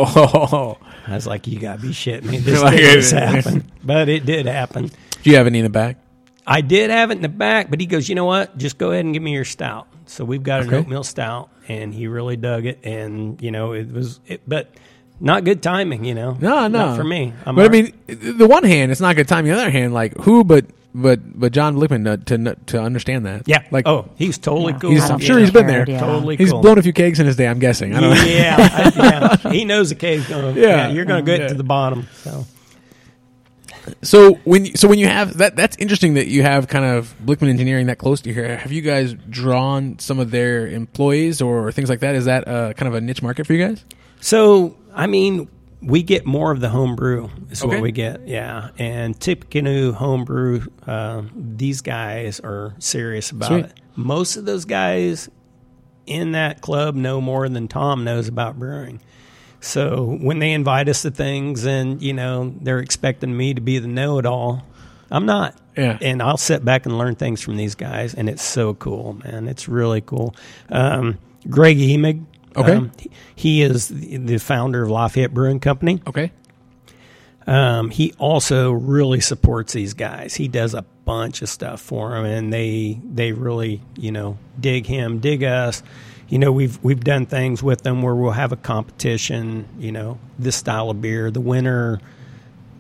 Speaker 3: I was like, "You gotta be shitting me! This
Speaker 1: Like
Speaker 3: did
Speaker 1: it-
Speaker 3: this happen." But it did happen.
Speaker 1: Do you have any in the back?
Speaker 3: I did have it in the back, but he goes, "You know what? Just go ahead and give me your stout." So we've got
Speaker 1: Okay.
Speaker 3: an oatmeal stout, and he really dug it. And you know, it was, it, but not good timing. You know,
Speaker 1: No, no,
Speaker 3: Not for me. I'm
Speaker 1: but I
Speaker 3: alright.
Speaker 1: mean, the one hand, it's not good time. The other hand, like who, but but but John Blickman uh, to kn- to understand that.
Speaker 3: Yeah.
Speaker 1: like
Speaker 3: oh, he's totally
Speaker 4: Yeah.
Speaker 3: cool.
Speaker 1: He's-
Speaker 4: I
Speaker 1: I'm
Speaker 4: don't
Speaker 1: sure
Speaker 4: think
Speaker 1: he's been
Speaker 4: I
Speaker 1: there.
Speaker 4: cared, yeah.
Speaker 3: Totally
Speaker 1: he's
Speaker 3: cool.
Speaker 1: blown a few cakes in his day. I'm guessing. I don't know.
Speaker 3: yeah, I- yeah. He knows the cave's going. Yeah.
Speaker 1: Yeah.
Speaker 3: you're going to get
Speaker 1: Yeah.
Speaker 3: to the bottom. So
Speaker 1: So when you- so when you have that, that's interesting that you have kind of Blickman Engineering that close to here. Have you guys drawn some of their employees or things like that? Is that uh, kind of a niche market for you guys?
Speaker 3: So, I mean, we get more of the homebrew is
Speaker 1: Okay.
Speaker 3: what we get. Yeah. And Tippecanoe homebrew, uh, these guys are serious about
Speaker 1: Sweet.
Speaker 3: it. Most of those guys in that club know more than Tom knows about brewing. So when they invite us to things and, you know, they're expecting me to be the know it all, I'm not.
Speaker 1: Yeah.
Speaker 3: And I'll sit back and learn things from these guys. And it's so cool, man. It's really cool. Um, Greg Emig.
Speaker 1: Okay.
Speaker 3: um, he- he is the the founder of Lafayette Brewing Company.
Speaker 1: Okay,
Speaker 3: Um, he also really supports these guys. He does a bunch of stuff for them, and they they really you know dig him, dig us. You know we've we've done things with them where we'll have a competition. You know this style of beer, the winner.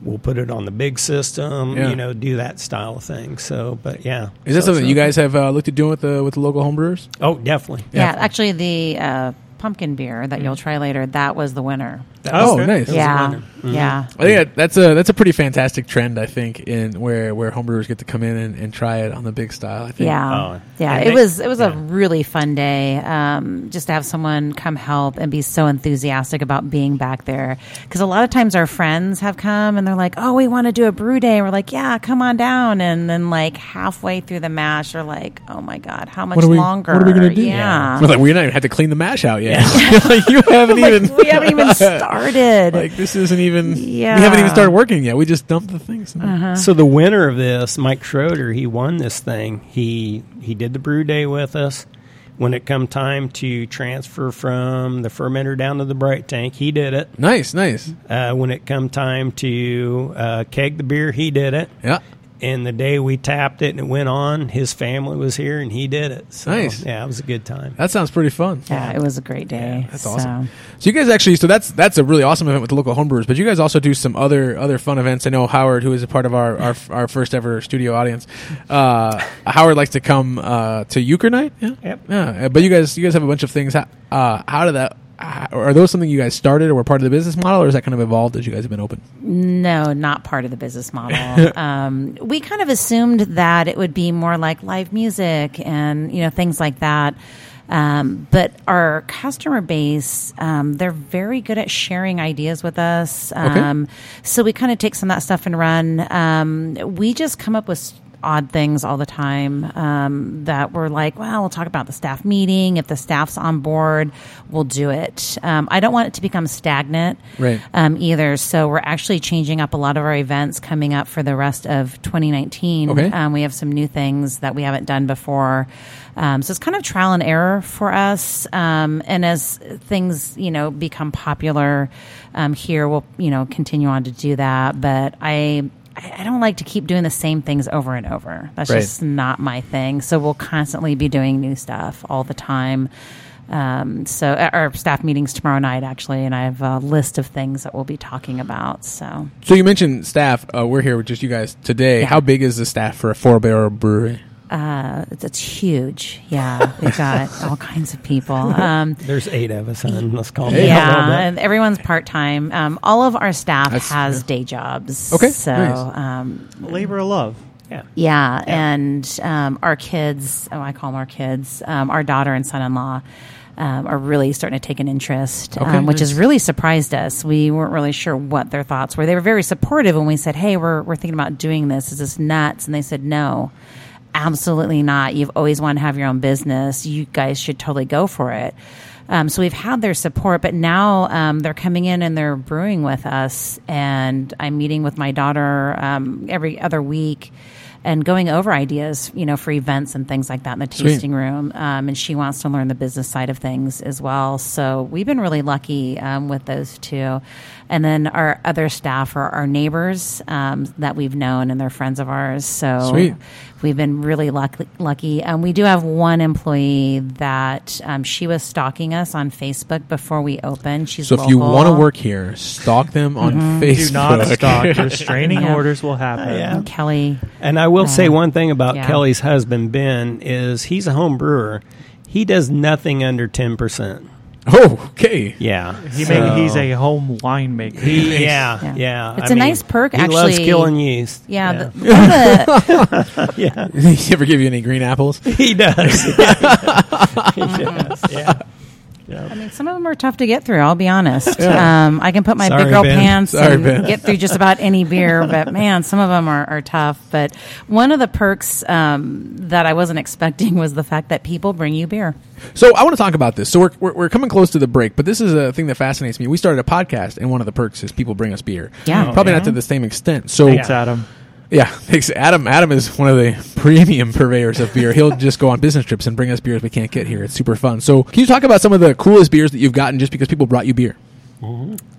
Speaker 3: We'll put it on the big system,
Speaker 1: Yeah.
Speaker 3: you know, do that style of thing. So, but yeah,
Speaker 1: is that
Speaker 3: So-
Speaker 1: something
Speaker 3: so-
Speaker 1: you guys have uh, looked at doing with the with the local homebrewers?
Speaker 3: Oh, definitely.
Speaker 4: Mm. yeah, actually, the uh, pumpkin beer that you'll try later, that was the winner.
Speaker 1: oh,
Speaker 2: good.
Speaker 1: nice.
Speaker 4: yeah, yeah.
Speaker 1: I think that- that's a that's a pretty fantastic trend. I think in where where homebrewers get to come in and, and try it on the big style. I think.
Speaker 4: Yeah,
Speaker 3: Oh.
Speaker 4: yeah.
Speaker 3: And
Speaker 4: It
Speaker 3: they-
Speaker 4: was it was a
Speaker 3: yeah.
Speaker 4: really fun day. Um, just to have someone come help and be so enthusiastic about being back there. Because a lot of times our friends have come and they're like, "Oh, we want to do a brew day." And we're like, "Yeah, come on down." And then like halfway through the mash, you're like, "Oh my god, how much
Speaker 1: What are we
Speaker 4: longer?"
Speaker 1: What are we gonna do?
Speaker 4: Yeah.
Speaker 1: We're like we don't even have to clean the mash out yet. like, you haven't even
Speaker 4: Like, we haven't even started.
Speaker 1: like this isn't even.
Speaker 4: Yeah. Uh-huh.
Speaker 1: We haven't even started working yet. We just dumped the things.
Speaker 3: So the winner of this, Mike Schroeder, he won this thing. He he did the brew day with us. When it come time to transfer from the fermenter down to the bright tank, he did it.
Speaker 1: Nice, nice.
Speaker 3: Uh, when it come time to uh, keg the beer, he did it.
Speaker 1: Yeah.
Speaker 3: And the day we tapped it and it went on, his family was here and he did it. So,
Speaker 1: Nice.
Speaker 3: Yeah, it was a good time.
Speaker 1: That sounds pretty fun.
Speaker 4: yeah, it was a great day.
Speaker 1: That's
Speaker 4: so.
Speaker 1: awesome. So you guys actually, so that's that's a really awesome event with the local homebrewers. But you guys also do some other other fun events. I know Howard, who is a part of our our, our first ever studio audience, uh, Howard likes to come uh, to Euchre night. Yeah,
Speaker 3: Yep.
Speaker 1: yeah. uh, But you guys, you guys have a bunch of things. How, uh, how did that? how- Are those something you guys started or were part of the business model, or is that kind of evolved as you guys have been open?
Speaker 4: No, not part of the business model. um, we kind of assumed that it would be more like live music and you know things like that. Um, but our customer base, um, they're very good at sharing ideas with us. Um, So we kind of take some of that stuff and run. Um, we just come up with s- odd things all the time um, that we're like, well, we'll talk about the staff meeting. If the staff's on board, we'll do it. Um, I don't want it to become stagnant
Speaker 1: Right.
Speaker 4: um, either. So we're actually changing up a lot of our events coming up for the rest of 2019.
Speaker 1: Okay.
Speaker 4: Um, we have some new things that we haven't done before. Um, so it's kind of trial and error for us. Um, and as things, you know, become popular um, here, we'll, you know, continue on to do that. But I, I I don't like to keep doing the same things over and over. That's
Speaker 1: Right.
Speaker 4: just not my thing. So we'll constantly be doing new stuff all the time. Um, so uh, our staff meetings tomorrow night, actually, and I have a list of things that we'll be talking about. So
Speaker 1: So you mentioned staff. Uh, we're here with just you guys today. How big is the staff for a four barrel brewery?
Speaker 4: uh, it's, it's huge. Yeah, we've got all kinds of people. Um,
Speaker 3: There's eight of us, and let's call it
Speaker 4: yeah, and everyone's part time. Um, all of our staff
Speaker 1: That's-
Speaker 4: has day jobs.
Speaker 1: Okay,
Speaker 4: so
Speaker 1: nice.
Speaker 4: um,
Speaker 2: Labor of love.
Speaker 3: Yeah.
Speaker 4: Yeah, and um, our kids, oh, I call them our kids, um, our daughter and son in law. Um, are really starting to take an interest, um, which has really surprised us. We weren't really sure what their thoughts were. They were very supportive when we said, "Hey, we're we're thinking about doing this. Is this nuts?" And they said, "No, absolutely not. You've always wanted to have your own business. You guys should totally go for it." Um, so we've had their support, but now um, they're coming in and they're brewing with us. And I'm meeting with my daughter um, every other week and going over ideas, you know, for events and things like that in the
Speaker 1: Sweet.
Speaker 4: tasting room. Um, and she wants to learn the business side of things as well. So we've been really lucky um, with those two. And then our other staff are our neighbors um, that we've known and they're friends of ours. So
Speaker 1: Sweet.
Speaker 4: we've been really lucky. lucky. Um, we do have one employee that um, she was stalking us on Facebook before we opened. She's
Speaker 1: So if you
Speaker 4: local.
Speaker 1: want to work here, stalk them on Facebook.
Speaker 2: Do not stock. Restraining
Speaker 4: Yeah.
Speaker 2: orders will happen.
Speaker 3: Yeah.
Speaker 4: Kelly,
Speaker 3: And I will say one thing about
Speaker 4: yeah.
Speaker 3: Kelly's husband Ben is he's a home brewer. He does nothing under ten percent.
Speaker 1: Oh, okay.
Speaker 3: Yeah,
Speaker 2: He
Speaker 3: So-
Speaker 2: make, he's a home winemaker.
Speaker 3: he, yeah,
Speaker 4: Yeah.
Speaker 3: yeah
Speaker 4: It's
Speaker 3: a
Speaker 4: a nice perk,
Speaker 3: He loves
Speaker 4: actually.
Speaker 3: killing yeast.
Speaker 4: yeah,
Speaker 3: yeah,
Speaker 4: the- one of the-
Speaker 3: Yeah.
Speaker 1: he ever give you any green apples?
Speaker 3: he does. he does. Yeah.
Speaker 4: I mean, some of them are tough to get through. I'll be honest. Um, I can put my
Speaker 3: Sorry,
Speaker 4: big girl
Speaker 3: Ben.
Speaker 4: pants
Speaker 1: Sorry,
Speaker 4: and
Speaker 1: Ben.
Speaker 4: get through just about any beer, but man, some of them are, are tough. But one of the perks um, that I wasn't expecting was the fact that people bring you beer.
Speaker 1: So I want to talk about this. So we're, we're, we're coming close to the break, but this is a thing that fascinates me. We started a podcast, and one of the perks is people bring us beer.
Speaker 4: Yeah. Oh,
Speaker 1: probably not to the same extent. So
Speaker 2: Thanks, Adam.
Speaker 1: yeah, thanks. Adam. Adam is one of the premium purveyors of beer. He'll just go on business trips and bring us beers we can't get here. It's super fun. So can you talk about some of the coolest beers that you've gotten just because people brought you beer?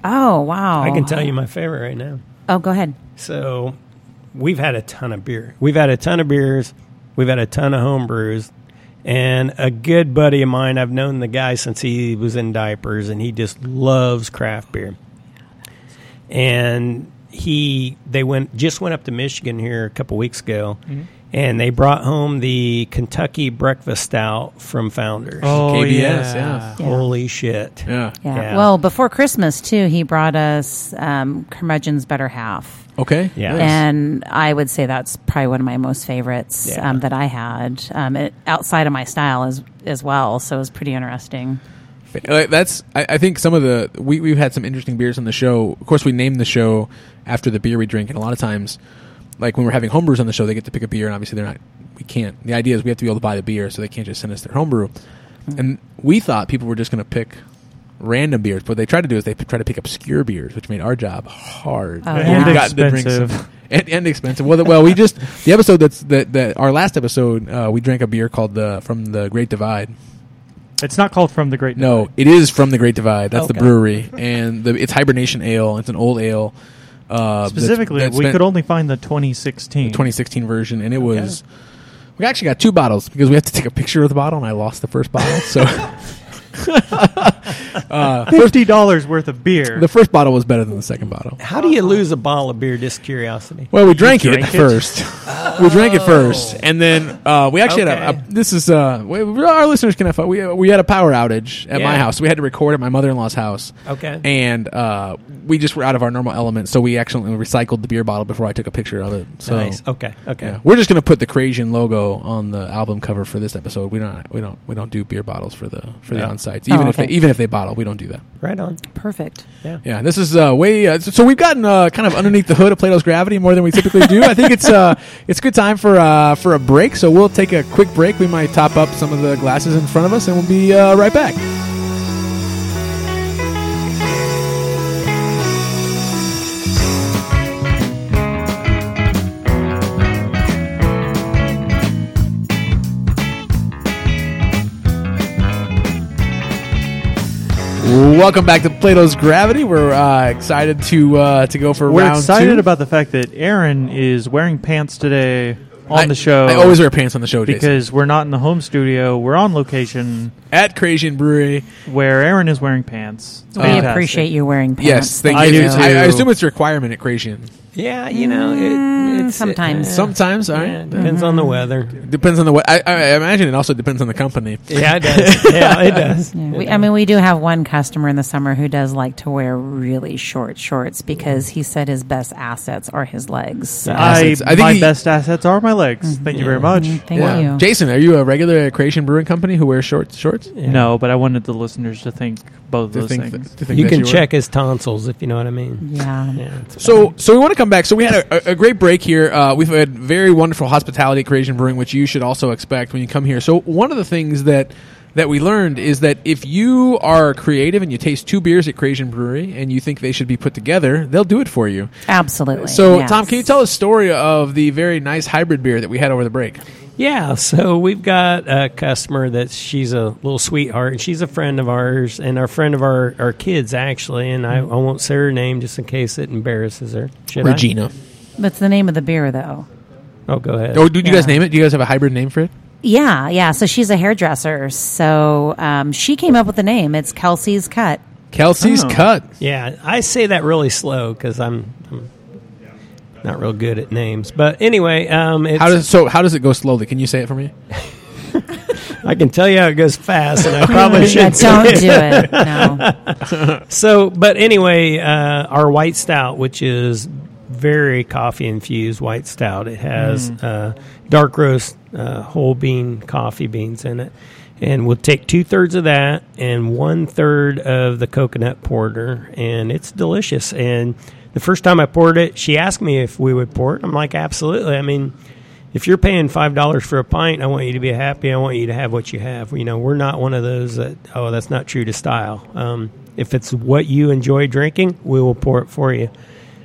Speaker 4: Oh wow!
Speaker 3: I can tell you my favorite right now.
Speaker 4: Oh, go ahead.
Speaker 3: So we've had a ton of beer. We've had a ton of beers. We've had a ton of home brews. And a good buddy of mine, I've known the guy since he was in diapers, and he just loves craft beer.
Speaker 1: Mm-hmm.
Speaker 3: And he, they went just went up to Michigan here a couple weeks ago, and they brought home the Kentucky Breakfast Stout from Founders.
Speaker 2: Oh,
Speaker 1: KBS,
Speaker 2: yeah.
Speaker 1: yeah.
Speaker 4: Yeah.
Speaker 3: Holy shit.
Speaker 1: Yeah.
Speaker 4: Yeah.
Speaker 3: Yeah.
Speaker 4: Well, before Christmas too, he brought us um, Curmudgeon's Better Half,
Speaker 1: Okay.
Speaker 3: Yeah.
Speaker 1: Nice.
Speaker 4: and I would say that's probably one of my most favorites
Speaker 3: Yeah.
Speaker 4: um, that I had. Um, it, outside of my style as as well, so it was pretty interesting.
Speaker 1: Uh, That's. I, I think some of the we we've had some interesting beers on the show. Of course, we name the show after the beer we drink, and a lot of times, like when we're having homebrews on the show, they get to pick a beer, and obviously they're not. We can't. The idea is we have to be able to buy the beer, so they can't just send us their homebrew. And we thought people were just going to pick random beers, but what they tried to do is they p- tried to pick obscure beers, which made our job hard.
Speaker 4: Oh, And
Speaker 1: We got to drink some-
Speaker 2: expensive.
Speaker 1: and, and expensive. Well, the- well, we just the episode that's that, that our last episode, uh, we drank a beer called the from the Great Divide.
Speaker 2: It's not called From the Great
Speaker 1: No, it is from the Great Divide. That's the
Speaker 3: Okay.
Speaker 1: brewery, and the, it's Hibernation Ale. It's an old ale. Uh, that's-
Speaker 2: Specifically,
Speaker 1: that's
Speaker 2: we
Speaker 1: been-
Speaker 2: could only find the 2016.
Speaker 1: 2016 version, and it was. We actually got two bottles because we had to take a picture of the bottle, and I lost the first bottle. So
Speaker 2: Uh, Fifty dollars worth of beer.
Speaker 1: the first bottle was better than the second bottle.
Speaker 3: How do you lose a bottle of beer? Just curiosity.
Speaker 1: Well, we drank,
Speaker 2: drank
Speaker 1: it,
Speaker 2: it?
Speaker 1: first. we drank it first, and then uh, we actually had
Speaker 3: Oh. Okay.
Speaker 1: a, a. This is uh, we, our listeners can have we we had a power outage at my
Speaker 3: Yeah.
Speaker 1: house. We had to record at my mother in law's house.
Speaker 3: Okay.
Speaker 1: and uh, we just were out of our normal element, so we actually recycled the beer bottle before I took a picture of it. So
Speaker 3: nice. Okay. Okay.
Speaker 1: yeah. we're just gonna put the Crazian logo on the album cover for this episode. We don't we don't we don't do beer bottles for the for the
Speaker 3: Yeah.
Speaker 1: on sites.
Speaker 4: Oh,
Speaker 1: Even if
Speaker 4: okay.
Speaker 1: they, even if they bottle, we don't do that.
Speaker 3: Right on.
Speaker 4: Perfect.
Speaker 3: Yeah.
Speaker 1: Yeah, this is uh, way. Uh, so so we've gotten uh, kind of underneath the hood of Plato's gravity more than we typically do. I think it's uh, it's good time for uh, for a break. So we'll take a quick break. We might top up some of the glasses in front of us, and we'll be uh, right back. Welcome back to Plato's Gravity. We're uh, excited to uh, to go for
Speaker 2: We're
Speaker 1: round
Speaker 2: excited
Speaker 1: two.
Speaker 2: about the fact that Aaron is wearing pants today on
Speaker 1: I-
Speaker 2: the show.
Speaker 1: I always wear pants on the show, Jason.
Speaker 2: because we're not in the home studio. We're on location
Speaker 1: At Crazian Brewery,
Speaker 2: where Aaron is wearing pants.
Speaker 4: We
Speaker 2: Fantastic.
Speaker 4: appreciate you wearing pants.
Speaker 1: yes, thank
Speaker 2: Uh-huh. I
Speaker 1: you.
Speaker 2: do
Speaker 1: It's- I,
Speaker 2: too.
Speaker 1: I assume it's a requirement at Crazian.
Speaker 3: Yeah. You know, it, it's,
Speaker 4: Mm, sometimes. Mm-hmm.
Speaker 3: yeah.
Speaker 1: Sometimes, all right.
Speaker 3: Yeah, it depends on the weather.
Speaker 1: Depends on the way. I, I imagine it also depends on the company.
Speaker 3: Yeah, it does. yeah, it does.
Speaker 4: Yeah, we, I mean, we do have one customer in the summer who does like to wear really short shorts because he said his best assets are his legs.
Speaker 2: I,
Speaker 1: Assets. I think
Speaker 2: my
Speaker 1: he-
Speaker 2: best assets are my legs. Thank
Speaker 4: Mm-hmm.
Speaker 2: you very much.
Speaker 4: Thank you.
Speaker 1: Jason, are you a regular at Creation Brewing Company who wears shorts? Shorts?
Speaker 2: No, but I wanted the listeners to think both of
Speaker 1: To
Speaker 2: those
Speaker 1: think
Speaker 2: things.
Speaker 1: th- to think
Speaker 3: You
Speaker 1: that
Speaker 3: can
Speaker 1: were-
Speaker 3: check his tonsils if you know what I mean.
Speaker 4: yeah.
Speaker 3: Yeah. it's-
Speaker 1: So, so we want to come back. So we had a, a- a great break here. Uh, we've had very wonderful hospitality at Creation Brewing, which you should also expect when you come here. So one of the things that that we learned is that if you are creative and you taste two beers at Creation Brewery and you think they should be put together, they'll do it for you.
Speaker 4: Absolutely.
Speaker 1: So,
Speaker 4: yes.
Speaker 1: Tom, can you tell us story of the very nice hybrid beer that we had over the break?
Speaker 3: Yeah, so we've got a customer that she's a little sweetheart, and she's a friend of ours, and our friend of our, our kids actually. And I, I won't say her name just in case it embarrasses her. Should I?
Speaker 4: What's the name of the beer, though?
Speaker 3: Oh, go ahead.
Speaker 1: Oh, did you guys
Speaker 4: Yeah.
Speaker 1: name it? Do you guys have a hybrid name for it?
Speaker 4: Yeah, yeah. So she's a hairdresser. So um, she came up with the name. It's Kelsey's Cut.
Speaker 1: Kelsey's
Speaker 2: Oh.
Speaker 1: Cut.
Speaker 3: Yeah, I say that really slow because I'm, I'm not real good at names. But anyway, um, it's,
Speaker 1: How does so? How does it go slowly? Can you say it for me?
Speaker 3: I can tell you how it goes fast, and I probably
Speaker 4: Yeah,
Speaker 3: should.
Speaker 4: don't do it. No.
Speaker 3: So, but anyway, uh, our white stout, which is very coffee infused white stout, it has
Speaker 4: Mm.
Speaker 3: uh, dark roast uh, whole bean coffee beans in it. And we'll take two thirds of that and one third of the coconut porter, and it's delicious. And the first time I poured it, she asked me if we would pour it. I'm like, absolutely. I mean, if you're paying five dollars for a pint, I want you to be happy. I want you to have what you have. You know, we're not one of those that oh, that's not true to style. Um, if it's what you enjoy drinking, we will pour it for you.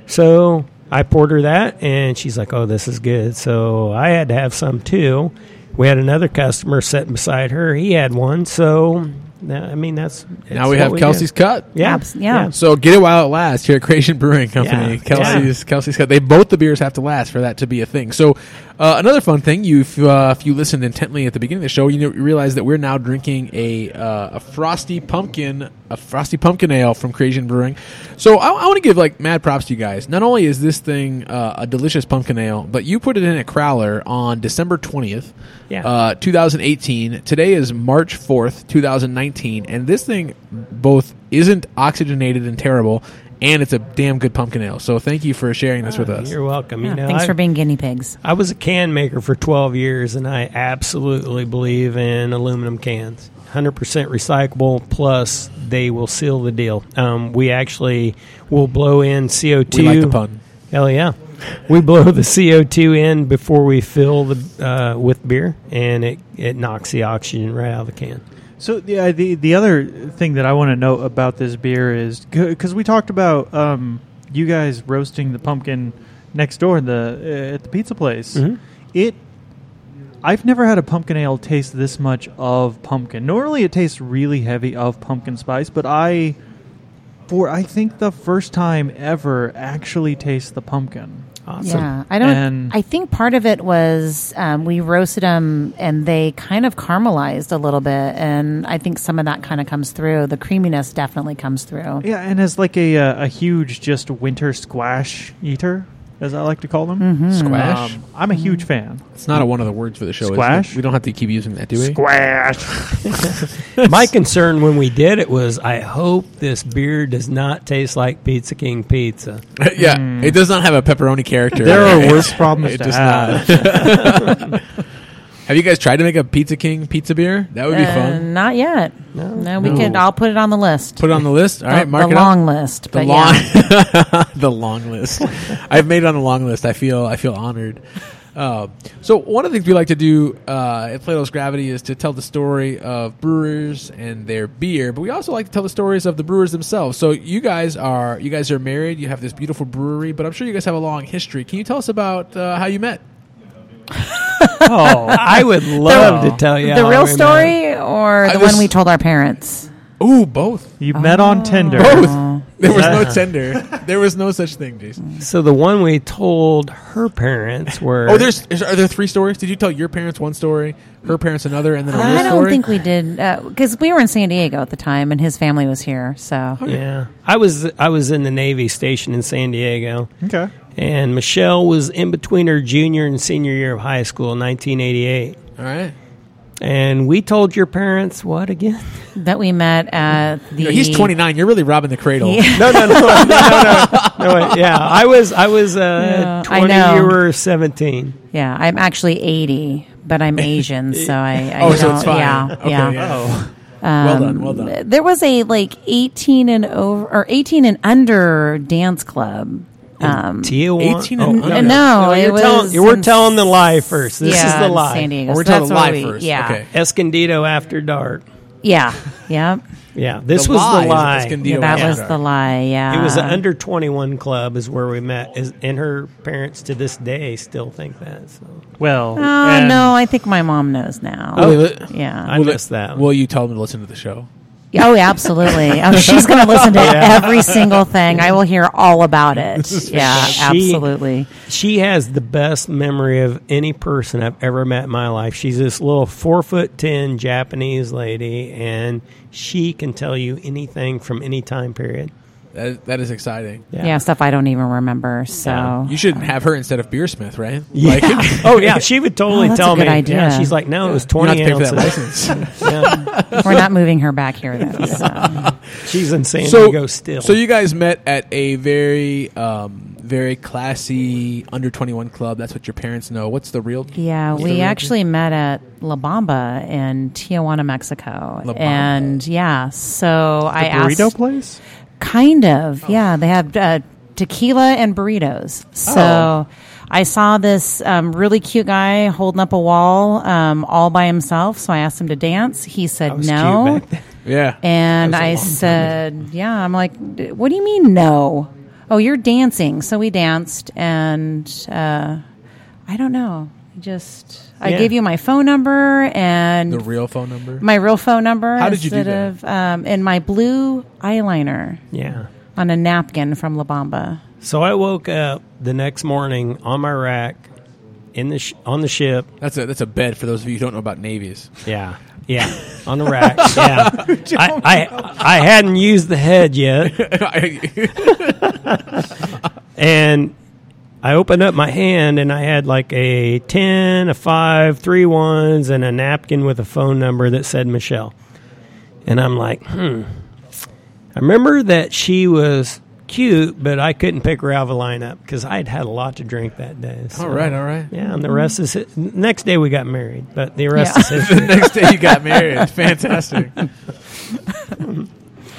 Speaker 3: So I poured her that, and she's like, "Oh, this is good." So I had to have some too. We had another customer sitting beside her; he had one. So that, I mean, that's
Speaker 1: now
Speaker 3: it's
Speaker 1: we
Speaker 3: what
Speaker 1: have
Speaker 3: do.
Speaker 1: Kelsey's Cut.
Speaker 3: Yeah,
Speaker 4: Abs- yeah.
Speaker 1: So get it while it lasts here at Creation Brewing Company.
Speaker 3: Yeah.
Speaker 1: Kelsey's Kelsey's Cut. They both the beers have to last for that to be a thing. So uh, another fun thing, you if, uh, if you listened intently at the beginning of the show, you, know, you realize that we're now drinking a uh, a frosty pumpkin a frosty pumpkin ale from Creation Brewing. So I, I want to give like mad props to you guys. Not only is this thing uh, a delicious pumpkin ale, but you put it in a crowler on December twentieth,
Speaker 3: Yeah.
Speaker 1: uh, 2018. Today is March fourth, 2019, and this thing both isn't oxygenated and terrible, and it's a damn good pumpkin ale. So thank you for sharing this
Speaker 2: Ah,
Speaker 1: with us.
Speaker 3: You're welcome.
Speaker 4: Yeah,
Speaker 3: you know,
Speaker 4: thanks
Speaker 3: I-
Speaker 4: for being guinea pigs.
Speaker 3: I was a can maker for 12 years, and I absolutely believe in aluminum cans. 100% recyclable, plus they will seal the deal. Um, we actually will blow in CO2.
Speaker 1: We like the pun.
Speaker 3: Hell yeah. We blow the CO2 in before we fill the uh, with beer, and it, it knocks the oxygen right out of the can.
Speaker 2: So the uh, the the other thing that I want to note about this beer is because we talked about um, you guys roasting the pumpkin next door in the uh, at the pizza place.
Speaker 3: Mhm.
Speaker 2: It I've never had a pumpkin ale taste this much of pumpkin. Normally, it tastes really heavy of pumpkin spice, but I for I think the first time ever actually taste the pumpkin.
Speaker 3: Awesome.
Speaker 4: Yeah, I don't.
Speaker 2: And-
Speaker 4: I think part of it was um, we roasted them and they kind of caramelized a little bit, and I think some of that kind of comes through. The creaminess definitely comes through.
Speaker 2: Yeah, and as like a uh, a huge just winter squash eater, as I like to call them.
Speaker 1: Squash.
Speaker 2: Um, I'm a huge fan.
Speaker 1: it's not a, one of the words for the show. is it?
Speaker 2: Squash?
Speaker 1: We don't have to keep using that, do we?
Speaker 2: Squash.
Speaker 3: My concern when we did it was I hope this beer does not taste like Pizza King pizza.
Speaker 1: yeah, it does not have a pepperoni character.
Speaker 2: Hmm. There are
Speaker 1: It's-
Speaker 2: worse problems
Speaker 1: it
Speaker 2: to
Speaker 1: does
Speaker 2: have.
Speaker 1: not. have you guys tried to make a Pizza King pizza beer? That would be
Speaker 4: Uh,
Speaker 1: fun.
Speaker 4: Not yet. No, we
Speaker 1: No.
Speaker 4: could. I'll put it on the list.
Speaker 1: Put it on the list. All right,
Speaker 4: the,
Speaker 1: mark
Speaker 4: the
Speaker 1: it up.
Speaker 4: long list.
Speaker 1: The
Speaker 4: but
Speaker 1: long,
Speaker 4: yeah.
Speaker 1: the long list. I've made it on the long list. I feel, I feel honored. Um, so one of the things we like to do uh, at Plato's Gravity is to tell the story of brewers and their beer, but we also like to tell the stories of the brewers themselves. So you guys are, you guys are married. You have this beautiful brewery, but I'm sure you guys have a long history. Can you tell us about uh, how you met?
Speaker 2: Oh,
Speaker 3: I would love to tell you
Speaker 4: Oh. the
Speaker 3: how
Speaker 4: real
Speaker 3: we met.
Speaker 4: story or
Speaker 1: I
Speaker 4: the
Speaker 1: was-
Speaker 4: one we told our parents?
Speaker 1: Ooh, both.
Speaker 2: you met
Speaker 4: Oh.
Speaker 2: on Tinder.
Speaker 1: Both. There was no Tinder. There was no such thing, Jason.
Speaker 3: So the one we told her parents were.
Speaker 1: Oh, there's is- are there three stories? Did you tell your parents one story, her parents another, and then a real
Speaker 4: I don't
Speaker 1: story?
Speaker 4: think we did because we were in San Diego at the time, and his family was here. So
Speaker 3: Yeah, I was I was in the Navy stationed in San Diego,
Speaker 2: Okay.
Speaker 3: and Michelle was in between her junior and senior year of high school in 1988.
Speaker 1: All right.
Speaker 3: And we told your parents what again?
Speaker 4: that we met at the.
Speaker 1: No, he's 29. You're really robbing the cradle.
Speaker 3: No, no, no, no, no, no. wait, yeah, I was I was uh,
Speaker 4: Yeah, I
Speaker 3: 20.
Speaker 4: know.
Speaker 3: You were 17.
Speaker 4: Yeah, I'm actually 80, but I'm Asian, so I, I
Speaker 1: Oh,
Speaker 4: don't.
Speaker 1: so it's fine.
Speaker 4: Yeah,
Speaker 1: Okay,
Speaker 4: yeah. Um,
Speaker 1: yeah.
Speaker 2: Oh,
Speaker 1: well done. Well done.
Speaker 4: There was a like 18 and over or 18 and under dance club.
Speaker 1: Oh,
Speaker 4: Um,
Speaker 3: Tijuana.
Speaker 1: 18 and
Speaker 4: no,
Speaker 1: under.
Speaker 4: it
Speaker 3: you're
Speaker 4: was
Speaker 3: telling, you were
Speaker 4: in
Speaker 3: telling the lie first. This
Speaker 4: yeah,
Speaker 3: is
Speaker 4: in
Speaker 3: the lie.
Speaker 4: San Diego.
Speaker 1: Oh, we're
Speaker 4: so
Speaker 1: telling
Speaker 4: that's
Speaker 1: the
Speaker 4: where
Speaker 1: lie
Speaker 4: we-
Speaker 1: first.
Speaker 4: Yeah,
Speaker 1: Okay.
Speaker 3: Escondido after dark.
Speaker 4: yeah, yeah.
Speaker 3: Yeah, this
Speaker 1: The
Speaker 3: was
Speaker 1: lie is
Speaker 3: the lie.
Speaker 1: Escondido
Speaker 4: yeah that
Speaker 1: After
Speaker 4: was
Speaker 1: Dark.
Speaker 4: the lie. Yeah,
Speaker 3: It was the under 21 club is where we met, is, and her parents to this day still think that. So.
Speaker 2: well.
Speaker 4: Oh no, I think my mom knows now.
Speaker 1: Oh, wait, wait.
Speaker 4: yeah.
Speaker 3: I missed that. one.
Speaker 1: Will you tell them to listen to the show?
Speaker 4: Oh, yeah, absolutely. Oh, she's going to listen to
Speaker 3: Yeah.
Speaker 4: every single thing. I will hear all about it. Yeah,
Speaker 3: She-
Speaker 4: absolutely.
Speaker 3: She has the best memory of any person I've ever met in my life. She's this little four foot ten Japanese lady, and she can tell you anything from any time period.
Speaker 1: That, that is exciting.
Speaker 4: Yeah. stuff I don't even remember. So
Speaker 1: You should have her instead of Beersmith, right?
Speaker 3: Yeah.
Speaker 1: Like, you
Speaker 3: oh yeah, she would totally
Speaker 4: Oh, that's a
Speaker 3: tell
Speaker 4: good
Speaker 3: me.
Speaker 4: idea.
Speaker 3: Yeah, she's like, no, it was
Speaker 1: don't have
Speaker 3: twenty
Speaker 1: to pay for that
Speaker 3: ounces.
Speaker 1: license.
Speaker 3: yeah.
Speaker 4: We're not moving her back here, though. So.
Speaker 3: She's in San Diego still.
Speaker 1: So you guys met at a very, um, very classy under 21 club. That's what your parents know. What's the real?
Speaker 4: Yeah, we
Speaker 1: Yeah.
Speaker 4: actually met at La Bamba in Tijuana, Mexico,
Speaker 1: La Bamba.
Speaker 4: and yeah, so I asked,
Speaker 2: burrito place.
Speaker 4: kind
Speaker 1: Oh.
Speaker 4: of, yeah, they had uh, tequila and burritos.
Speaker 1: Oh.
Speaker 4: So I saw this um, really cute guy holding up a wall um, all by himself. So I asked him to dance. He said
Speaker 3: was
Speaker 4: no.
Speaker 3: cute back then.
Speaker 1: Yeah.
Speaker 4: And
Speaker 1: That was a
Speaker 4: I
Speaker 1: long time
Speaker 4: said, Yeah. I'm like, "D- What do you mean, no? Oh, you're dancing. So we danced, and uh, I don't know. I Just, I
Speaker 3: Yeah.
Speaker 4: gave you my phone number and
Speaker 1: The real phone number.
Speaker 4: my real phone number
Speaker 1: How did you do
Speaker 4: instead
Speaker 1: that?
Speaker 4: of, um, and my blue eyeliner
Speaker 3: yeah.
Speaker 4: on a napkin from La Bamba.
Speaker 3: So I woke up the next morning on my rack in the sh- on the ship.
Speaker 1: That's a that's a bed for those of you who don't know about navies.
Speaker 3: Yeah. Yeah, on the rack. yeah, I, I I hadn't used the head yet, and I opened up my hand and I had like a ten, a five, three ones, and a napkin with a phone number that said Michelle. And I'm like, hmm. I remember that she was cute, but I couldn't pick her out of a lineup because I had had a lot to drink that day. So,
Speaker 1: all right, all right.
Speaker 3: Yeah, and the rest is hi- next day we got married, but the rest
Speaker 4: Yeah.
Speaker 3: is history.
Speaker 1: Next day you got married. Fantastic.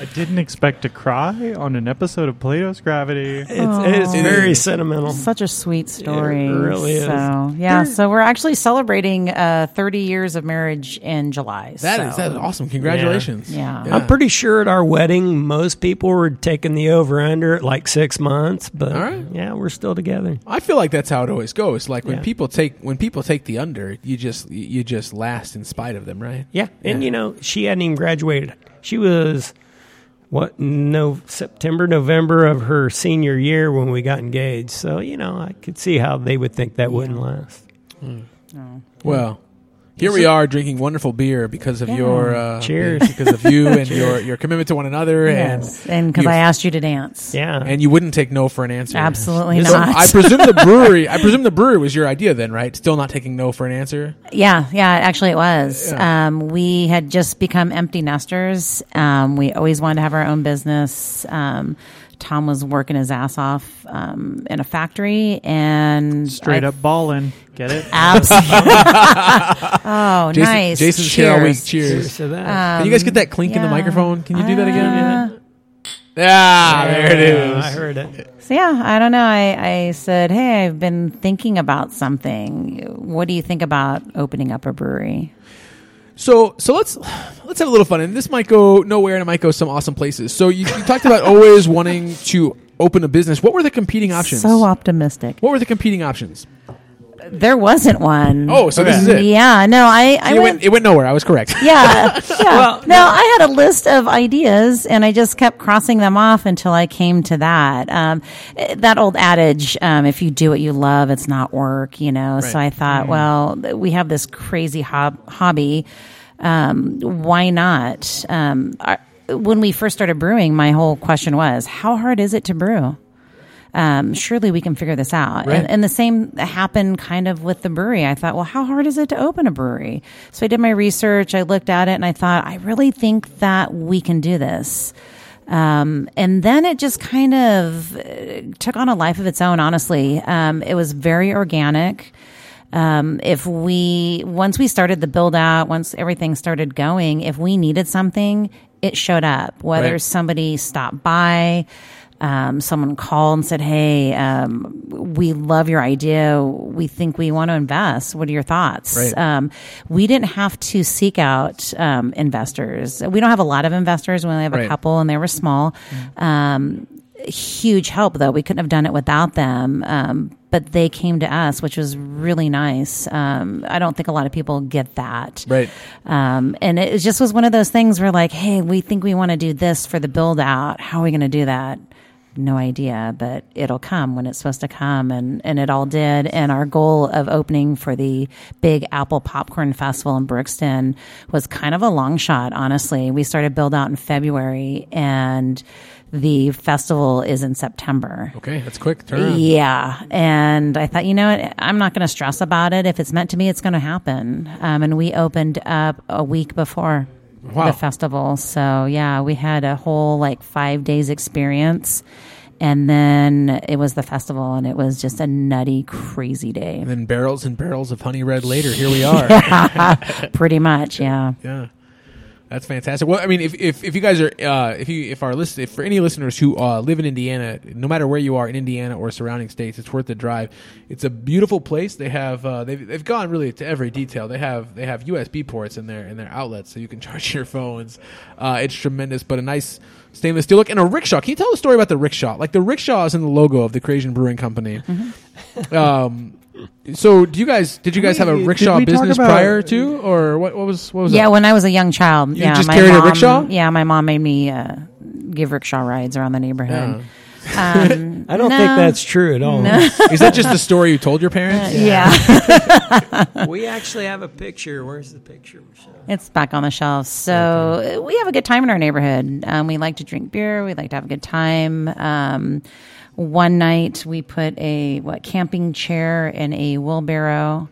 Speaker 2: I didn't expect to cry on an episode of Plato's Gravity.
Speaker 3: It's, it's
Speaker 1: It
Speaker 3: very
Speaker 1: is.
Speaker 3: sentimental.
Speaker 4: Such a sweet story.
Speaker 3: really is.
Speaker 4: So yeah, so we're actually celebrating uh, 30 years of marriage in July.
Speaker 1: That
Speaker 4: so.
Speaker 1: is that is awesome. Congratulations.
Speaker 4: Yeah.
Speaker 3: I'm pretty sure at our wedding, most people were taking the over under at like six months, but
Speaker 1: All right.
Speaker 3: yeah, we're still together.
Speaker 1: I feel like that's how it always goes. Like when
Speaker 3: Yeah.
Speaker 1: people take when people take the under, you just you just last in spite of them, right?
Speaker 3: Yeah. And, you know, she hadn't even graduated. She was, what, no, September, November of her senior year when we got engaged. So, you know, I could see how they would think that wouldn't last.
Speaker 1: Well, here we are drinking wonderful beer because of your uh,
Speaker 3: Cheers.
Speaker 1: because of you and your your commitment to one another
Speaker 4: Yes.
Speaker 1: and
Speaker 4: And because
Speaker 1: you-
Speaker 4: I asked you to dance.
Speaker 3: Yeah.
Speaker 1: and you wouldn't take no for an answer.
Speaker 4: Absolutely
Speaker 1: So
Speaker 4: not.
Speaker 1: I presume the brewery. I presume the brewery was your idea then, right? Still not taking no for an answer.
Speaker 4: Yeah, yeah, actually it was. Um, we had just become empty nesters. Um, we always wanted to have our own business. Um, Tom was working his ass off um, in a factory and
Speaker 2: Straight
Speaker 4: I-
Speaker 2: up ballin'. Get it?
Speaker 4: abs- oh,
Speaker 1: Jason,
Speaker 4: nice.
Speaker 1: Jason's here
Speaker 4: Cheers. Um,
Speaker 1: always cheers.
Speaker 3: So that.
Speaker 4: Uh,
Speaker 1: Can you guys get that clink in the
Speaker 4: yeah.
Speaker 1: microphone? Can you do that
Speaker 4: Uh,
Speaker 1: again? Ah, there it is.
Speaker 3: I heard it.
Speaker 4: So yeah, I don't know. I, I said, hey, I've been thinking about something. What do you think about opening up a brewery?
Speaker 1: So so let's let's have a little fun, and this might go nowhere, and it might go some awesome places. So you, you talked about always wanting to open a business. What were the competing options?
Speaker 4: So optimistic.
Speaker 1: what were the competing options?
Speaker 4: There wasn't one.
Speaker 1: Oh, so this is it.
Speaker 4: Yeah, no, I, I
Speaker 1: it,
Speaker 4: went,
Speaker 1: went, it went nowhere. I was correct.
Speaker 4: yeah. yeah. no, I had a list of ideas and I just kept crossing them off until I came to that. Um, eh, that old adage, um, if you do what you love, it's not work, you know? So
Speaker 1: Right.
Speaker 4: I thought, well, th- we have this crazy hob- hobby. Um, why not? Um, our, when we first started brewing, my whole question was, how hard is it to brew? um, surely we can figure this out.
Speaker 1: Right.
Speaker 4: And, and the same happened kind of with the brewery. I thought, well, how hard is it to open a brewery? So I did my research, I looked at it, and I thought, I really think that we can do this. Um, and then it just kind of uh, took on a life of its own, honestly. Um, it was very organic um, if we once we started the build out, once everything started going, if we needed something, it showed up. Whether
Speaker 1: Right.
Speaker 4: somebody stopped by, um, someone called and said, "Hey, um, we love your idea. We think we want to invest. What are your thoughts?"
Speaker 1: Right.
Speaker 4: Um, we didn't have to seek out um, investors. We don't have a lot of investors. We only have
Speaker 1: Right. Mm-hmm.
Speaker 4: a couple, and they were small. Um, huge help though we couldn't have done it without them um, but they came to us which was really nice um, i don't think a lot of people get that
Speaker 1: Right.
Speaker 4: um, and it just was one of those things where like hey we think we want to do this for the build out how are we going to do that no idea but it'll come when it's supposed to come and and it all did and our goal of opening for the big apple popcorn festival in brixton was kind of a long shot honestly we started build out in february and the festival is in september
Speaker 1: Okay, that's quick turn.
Speaker 4: yeah. And I thought, you know what? I'm not going to stress about it. If it's meant to be, it's going to happen. Um, and we opened up a week before
Speaker 1: Wow.
Speaker 4: the festival. So, yeah, we had a whole like five days experience. And then it was the festival, and it was just a nutty, crazy day.
Speaker 1: And then barrels and barrels of honey red later. Here we are.
Speaker 4: Pretty much, yeah.
Speaker 1: Yeah. That's fantastic. Well, I mean, if, if, if you guys are, uh, if you, if our list, if for any listeners who uh, live in Indiana, no matter where you are in Indiana or surrounding states, it's worth the drive. It's a beautiful place. They have, uh, they've, they've gone really to every detail. They have, they have USB ports in their, in their outlets so you can charge your phones. Uh, it's tremendous, but a nice stainless steel look and a rickshaw. Can you tell the story about the rickshaw? Like the rickshaw is in the logo of the Creation Brewing Company. um, so do you guys, did you guys have a
Speaker 2: Did Mm-hmm. we
Speaker 1: rickshaw
Speaker 2: talk
Speaker 1: business
Speaker 2: about-
Speaker 1: prior to, or what, what was, what was
Speaker 4: Yeah,
Speaker 1: that?
Speaker 4: when I was a young child.
Speaker 1: You
Speaker 4: yeah,
Speaker 1: just carried a
Speaker 4: mom-
Speaker 1: rickshaw?
Speaker 4: Yeah, my mom made me uh, give rickshaw rides around the neighborhood.
Speaker 1: Yeah.
Speaker 4: Um,
Speaker 3: I don't
Speaker 4: no.
Speaker 3: think that's true at all.
Speaker 1: Is that just the story you told your parents?
Speaker 4: Yeah.
Speaker 3: we actually have a picture. Where's the picture, Michelle?
Speaker 4: It's back on the shelves. So uh, we have a good time in our neighborhood. Um, we like to drink beer. We like to have a good time. Um, one night we put a what camping chair in a wheelbarrow.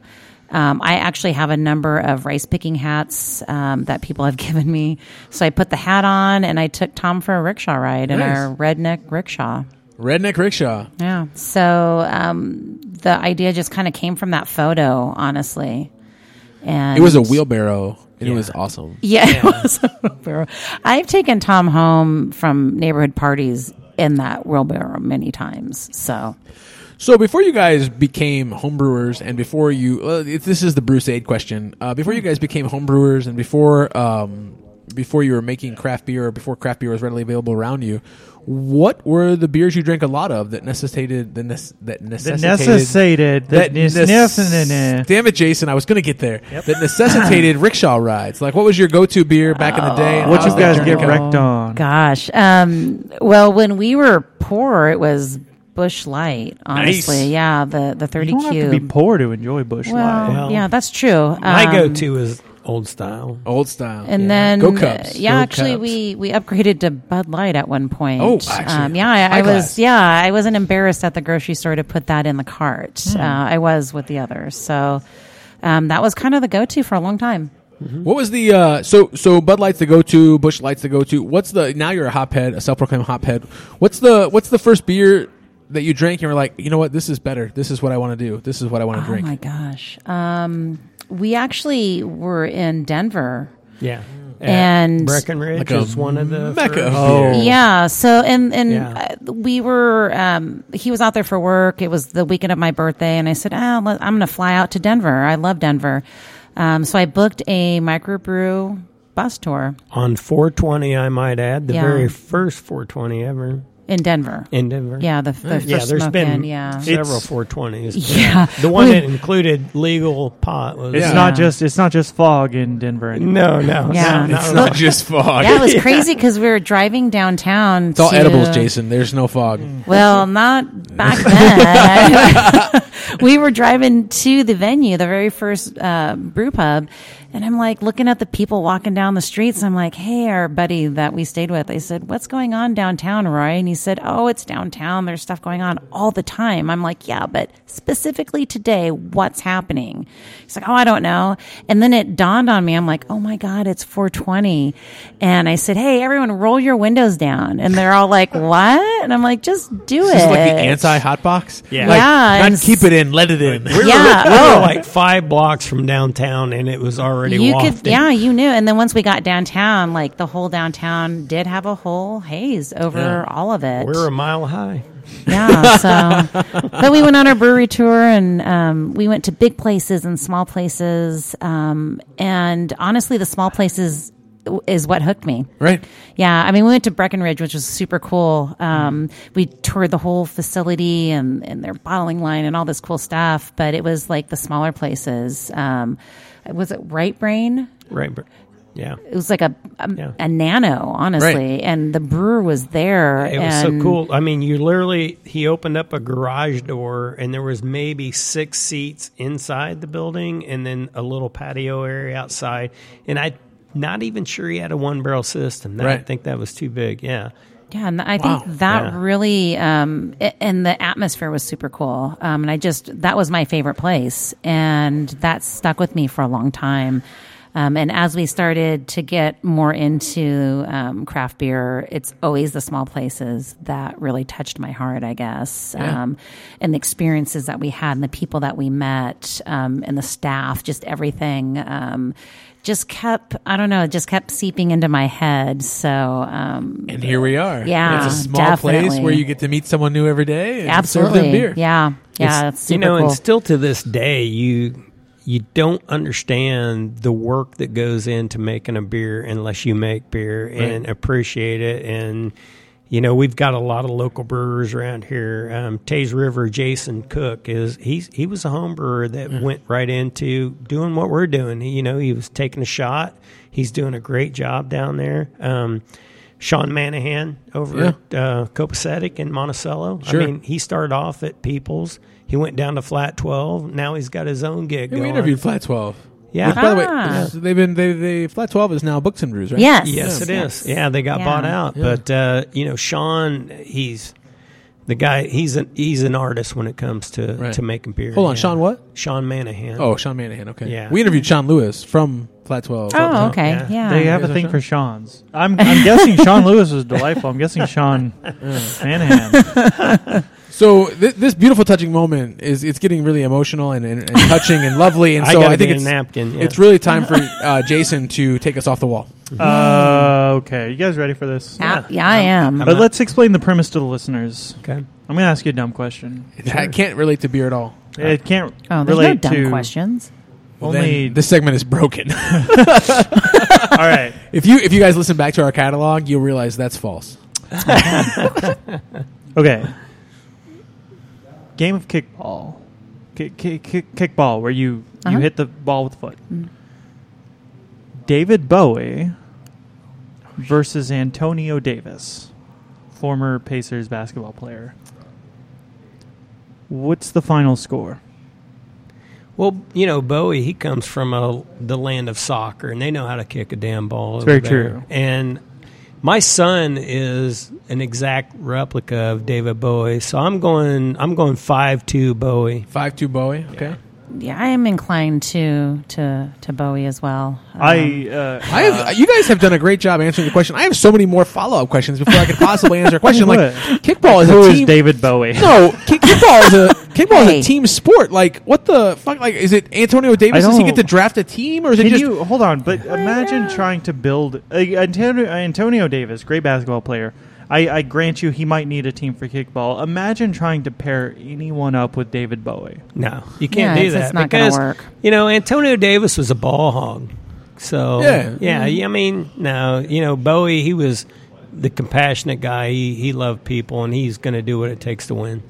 Speaker 4: Um, I actually have a number of rice picking hats um, that people have given me. So I put the hat on and I took Tom for a rickshaw ride in
Speaker 1: Nice.
Speaker 4: our redneck rickshaw.
Speaker 1: Redneck rickshaw.
Speaker 4: Yeah. So um, the idea just kind of came from that photo, honestly. And
Speaker 1: It was a wheelbarrow, and it
Speaker 3: Yeah.
Speaker 1: was awesome.
Speaker 4: yeah, it was a wheelbarrow. I've taken Tom home from neighborhood parties in that wheelbarrow many times. So
Speaker 1: So before you guys became homebrewers, and before you, uh, if this is the Bruce Aid question. Uh, before you guys became homebrewers, and before um, before you were making craft beer, or before craft beer was readily available around you, what were the beers you drank a lot of that necessitated that, nes- that
Speaker 2: The
Speaker 1: necessitated
Speaker 2: necessitated. The
Speaker 1: that
Speaker 2: nes-
Speaker 1: nes- damn it, Jason! I was going to get there. That necessitated rickshaw rides. Like, what was your go-to beer back in the day? and
Speaker 2: What
Speaker 1: how
Speaker 2: you
Speaker 1: did that
Speaker 2: guys
Speaker 1: journey
Speaker 2: get
Speaker 1: go?
Speaker 2: wrecked on?
Speaker 4: gosh, um, well, when we were poor, it was Bush Light. Honestly,
Speaker 1: Nice.
Speaker 4: yeah, the the thirty
Speaker 2: You don't have to be
Speaker 4: cube.
Speaker 2: poor to enjoy Bush
Speaker 4: well,
Speaker 2: Light.
Speaker 3: Well,
Speaker 4: yeah, that's true.
Speaker 3: My
Speaker 4: Um,
Speaker 3: go-to is old style.
Speaker 1: old style.
Speaker 4: And
Speaker 1: Yeah.
Speaker 4: then,
Speaker 1: Go Cubs.
Speaker 4: yeah,
Speaker 1: Go
Speaker 4: actually,
Speaker 1: Cubs.
Speaker 4: we we upgraded to Bud Light at one point.
Speaker 1: Oh, actually,
Speaker 4: um, yeah, I,
Speaker 1: high
Speaker 4: I
Speaker 1: class.
Speaker 4: was, yeah, I wasn't embarrassed at the grocery store to put that in the cart.
Speaker 1: Hmm.
Speaker 4: Uh, I was with the others, so um, that was kind of the go-to for a long time.
Speaker 1: What was the uh, so so Bud Light's the go to, Bush Light's the go to. What's the now you're a hophead, a self proclaimed hophead. What's the what's the first beer that you drank and were like, you know what, this is better. This is what I want to do. This is what I want to drink.
Speaker 4: Oh my gosh, um, we actually were in Denver.
Speaker 3: Yeah.
Speaker 4: And-
Speaker 3: Breckenridge
Speaker 1: Like a
Speaker 3: is one of the
Speaker 1: Mecca
Speaker 3: first.
Speaker 1: of
Speaker 2: Oh.
Speaker 1: beer.
Speaker 4: Yeah. So and and
Speaker 3: Yeah.
Speaker 4: uh, we were um, he was out there for work. It was the weekend of my birthday, and I said, ah, let- I'm going to fly out to Denver. I love Denver. Um, so I booked a microbrew bus tour
Speaker 3: on 420. I might add the
Speaker 4: Yeah.
Speaker 3: very first 420 ever
Speaker 4: in Denver.
Speaker 3: in Denver.
Speaker 4: yeah, the, the
Speaker 3: yeah.
Speaker 4: first
Speaker 3: There's
Speaker 4: smoke
Speaker 3: been
Speaker 4: in, yeah.
Speaker 3: several
Speaker 2: It's-
Speaker 3: 420s. but
Speaker 4: yeah.
Speaker 3: The one that included legal pot was
Speaker 1: It's
Speaker 2: It's
Speaker 1: Yeah.
Speaker 2: not just it's not just fog in Denver. Anymore.
Speaker 3: no, no,
Speaker 4: Yeah.
Speaker 3: no,
Speaker 1: It's
Speaker 3: no,
Speaker 1: not just fog.
Speaker 4: That was crazy because we were driving downtown.
Speaker 1: It's all
Speaker 4: to-
Speaker 1: edibles, Jason. There's no fog.
Speaker 4: Well, not back then. we were driving to the venue, the very first uh, brew pub, and I'm like looking at the people walking down the streets. I'm like, hey, our buddy that we stayed with, I said, what's going on downtown, Roy? And he said, oh, it's downtown. There's stuff going on all the time. I'm like, yeah, but specifically today, what's happening? He's like, oh, I don't know. And then it dawned on me. I'm like, oh my God, it's 420. And I said, hey, everyone, roll your windows down. And they're all like, what? And I'm like, just do it.
Speaker 1: This is like the anti hot box.
Speaker 3: Yeah.
Speaker 1: Like,
Speaker 4: Yeah,
Speaker 1: not
Speaker 4: and
Speaker 1: keep it in, let it in.
Speaker 3: We were,
Speaker 4: Yeah.
Speaker 3: we were
Speaker 4: Oh.
Speaker 3: like five blocks from downtown, and it was already
Speaker 4: you
Speaker 3: wafting.
Speaker 4: could, yeah, you knew. And then once we got downtown, like the whole downtown did have a whole haze over all of it.
Speaker 3: We were a mile high.
Speaker 4: Yeah. So, but we went on our brewery tour and um, we went to big places and small places. Um, and honestly, the small places is what hooked me.
Speaker 1: Right.
Speaker 4: Yeah, I mean, we went to Breckenridge, which was super cool. Um, we toured the whole facility and, and their bottling line and all this cool stuff, but it was like the smaller places. Um, was it Right Brain?
Speaker 3: Right. but- Yeah.
Speaker 4: It was like a a,
Speaker 3: Yeah.
Speaker 4: a nano, honestly, and the brewer was there.
Speaker 3: It was so
Speaker 4: and-
Speaker 3: cool. I mean, you literally, he opened up a garage door, and there was maybe six seats inside the building and then a little patio area outside. And i not even sure he had a one barrel system. I
Speaker 1: Right.
Speaker 3: think that was too big. Yeah.
Speaker 4: Yeah, and I
Speaker 1: Wow.
Speaker 4: think that
Speaker 3: Yeah.
Speaker 4: really, um, a- and the atmosphere was super cool. Um, and I just that was my favorite place, and that stuck with me for a long time. Um, and as we started to get more into um, craft beer, it's always the small places that really touched my heart, I guess. Um, and the experiences that we had, and the people that we met, um, and the staff, just everything. Um, just kept, I don't know, it just kept seeping into my head. So, um,
Speaker 1: And here we are.
Speaker 4: Yeah,
Speaker 1: It's a small place
Speaker 4: definitely.
Speaker 1: where you get to meet someone new every day and serve
Speaker 4: Absolutely.
Speaker 1: them beer.
Speaker 4: Yeah. Yeah. It's, super
Speaker 3: you know,
Speaker 4: cool.
Speaker 3: and still to this day, you you don't understand the work that goes into making a beer unless you make beer and appreciate it. And you know, we've got a lot of local brewers around here. Um, Tays River, Jason Cook is he's he was a home brewer that went right into doing what we're doing. You know, he was taking a shot. He's doing a great job down there. Um, Sean Manahan over
Speaker 1: Yeah.
Speaker 3: at uh, Copacetic in Monticello.
Speaker 1: Sure.
Speaker 3: I mean, he started off at People's. He went down to Flat 12. Now he's got his own gig
Speaker 1: Hey,
Speaker 3: going.
Speaker 1: we interviewed Flat Twelve.
Speaker 3: Yeah.
Speaker 1: Which, by the way,
Speaker 4: Ah.
Speaker 1: is- they've been they, they Flat Twelve is now Books and Brews, right?
Speaker 4: Yes.
Speaker 3: Yes, it is.
Speaker 4: Yes.
Speaker 3: Yeah, they got
Speaker 4: Yeah.
Speaker 3: bought out.
Speaker 1: Yeah.
Speaker 3: But uh, you know, Sean, he's the guy. He's an he's an artist when it comes to
Speaker 1: Right.
Speaker 3: to making beer.
Speaker 1: Hold on,
Speaker 3: yeah.
Speaker 1: Sean what?
Speaker 3: Sean Manahan.
Speaker 1: Oh, Sean Manahan. Okay.
Speaker 3: Yeah.
Speaker 1: We interviewed Sean Lewis from Flat Twelve.
Speaker 4: Oh, okay.
Speaker 3: Yeah.
Speaker 4: Yeah.
Speaker 2: They have
Speaker 1: Guys
Speaker 2: a
Speaker 1: are
Speaker 2: thing
Speaker 1: Sean?
Speaker 2: for Sean's. I'm, I'm guessing Sean Lewis was delightful. I'm guessing Sean Manahan.
Speaker 1: So th- this beautiful, touching moment is it's getting really emotional and, and, and touching and lovely. And
Speaker 3: I
Speaker 1: so
Speaker 3: got
Speaker 1: I think
Speaker 3: a
Speaker 1: it's
Speaker 3: napkin. yeah.
Speaker 1: it's really time for uh, Jason to take us off the wall.
Speaker 2: Uh, okay, you guys ready for this?
Speaker 4: Ah, yeah, I am.
Speaker 2: But let's explain the premise to the listeners.
Speaker 3: okay.
Speaker 2: I'm going to ask you a dumb question.
Speaker 1: I can't relate to beer at all.
Speaker 2: It can't
Speaker 4: oh, there's no
Speaker 2: relate
Speaker 4: dumb
Speaker 2: to
Speaker 4: questions.
Speaker 1: Well,
Speaker 2: Only
Speaker 1: then this segment is broken.
Speaker 2: all right.
Speaker 1: if you if you guys listen back to our catalog, you'll realize that's false.
Speaker 2: Okay. Game of kickball. Kick, kick, kick, kickball, where you,
Speaker 4: Uh-huh.
Speaker 2: you hit the ball with the foot. David Bowie versus Antonio Davis, former Pacers basketball player. What's the final score?
Speaker 3: Well, you know, Bowie, he comes from a, the land of soccer, and they know how to kick a damn ball. It's
Speaker 2: very true.
Speaker 3: And my son is an exact replica of David Bowie, so I'm going. I'm going five two Bowie.
Speaker 1: Five two Bowie. Okay.
Speaker 4: Yeah, I am inclined to to to Bowie as well. Um,
Speaker 2: I uh,
Speaker 1: I have, you guys have done a great job answering the question. I have so many more follow up questions before I could possibly answer a question. like
Speaker 2: What?
Speaker 1: kickball is
Speaker 2: who
Speaker 1: a
Speaker 2: is
Speaker 1: team.
Speaker 2: David Bowie?
Speaker 1: no, kick, kickball is a kickball
Speaker 4: Hey.
Speaker 1: is a team sport. Like what the fuck? Like is it Antonio Davis? Does he
Speaker 2: don't-
Speaker 1: get to draft a team or is it
Speaker 2: Can
Speaker 1: just
Speaker 2: you hold on? But imagine trying to build uh, Antonio, Antonio Davis, great basketball player. I, I grant you, he might need a team for kickball. Imagine trying to pair anyone up with David Bowie.
Speaker 3: No, you can't
Speaker 4: Yeah,
Speaker 3: do
Speaker 4: it's-
Speaker 3: that
Speaker 4: it's not gonna
Speaker 3: because
Speaker 4: work.
Speaker 3: you know Antonio Davis was a ball hog. So
Speaker 1: Yeah.
Speaker 3: yeah,
Speaker 4: Mm-hmm.
Speaker 3: I mean, no, you know Bowie, he was the compassionate guy. He he loved people, and he's going to do what it takes to win.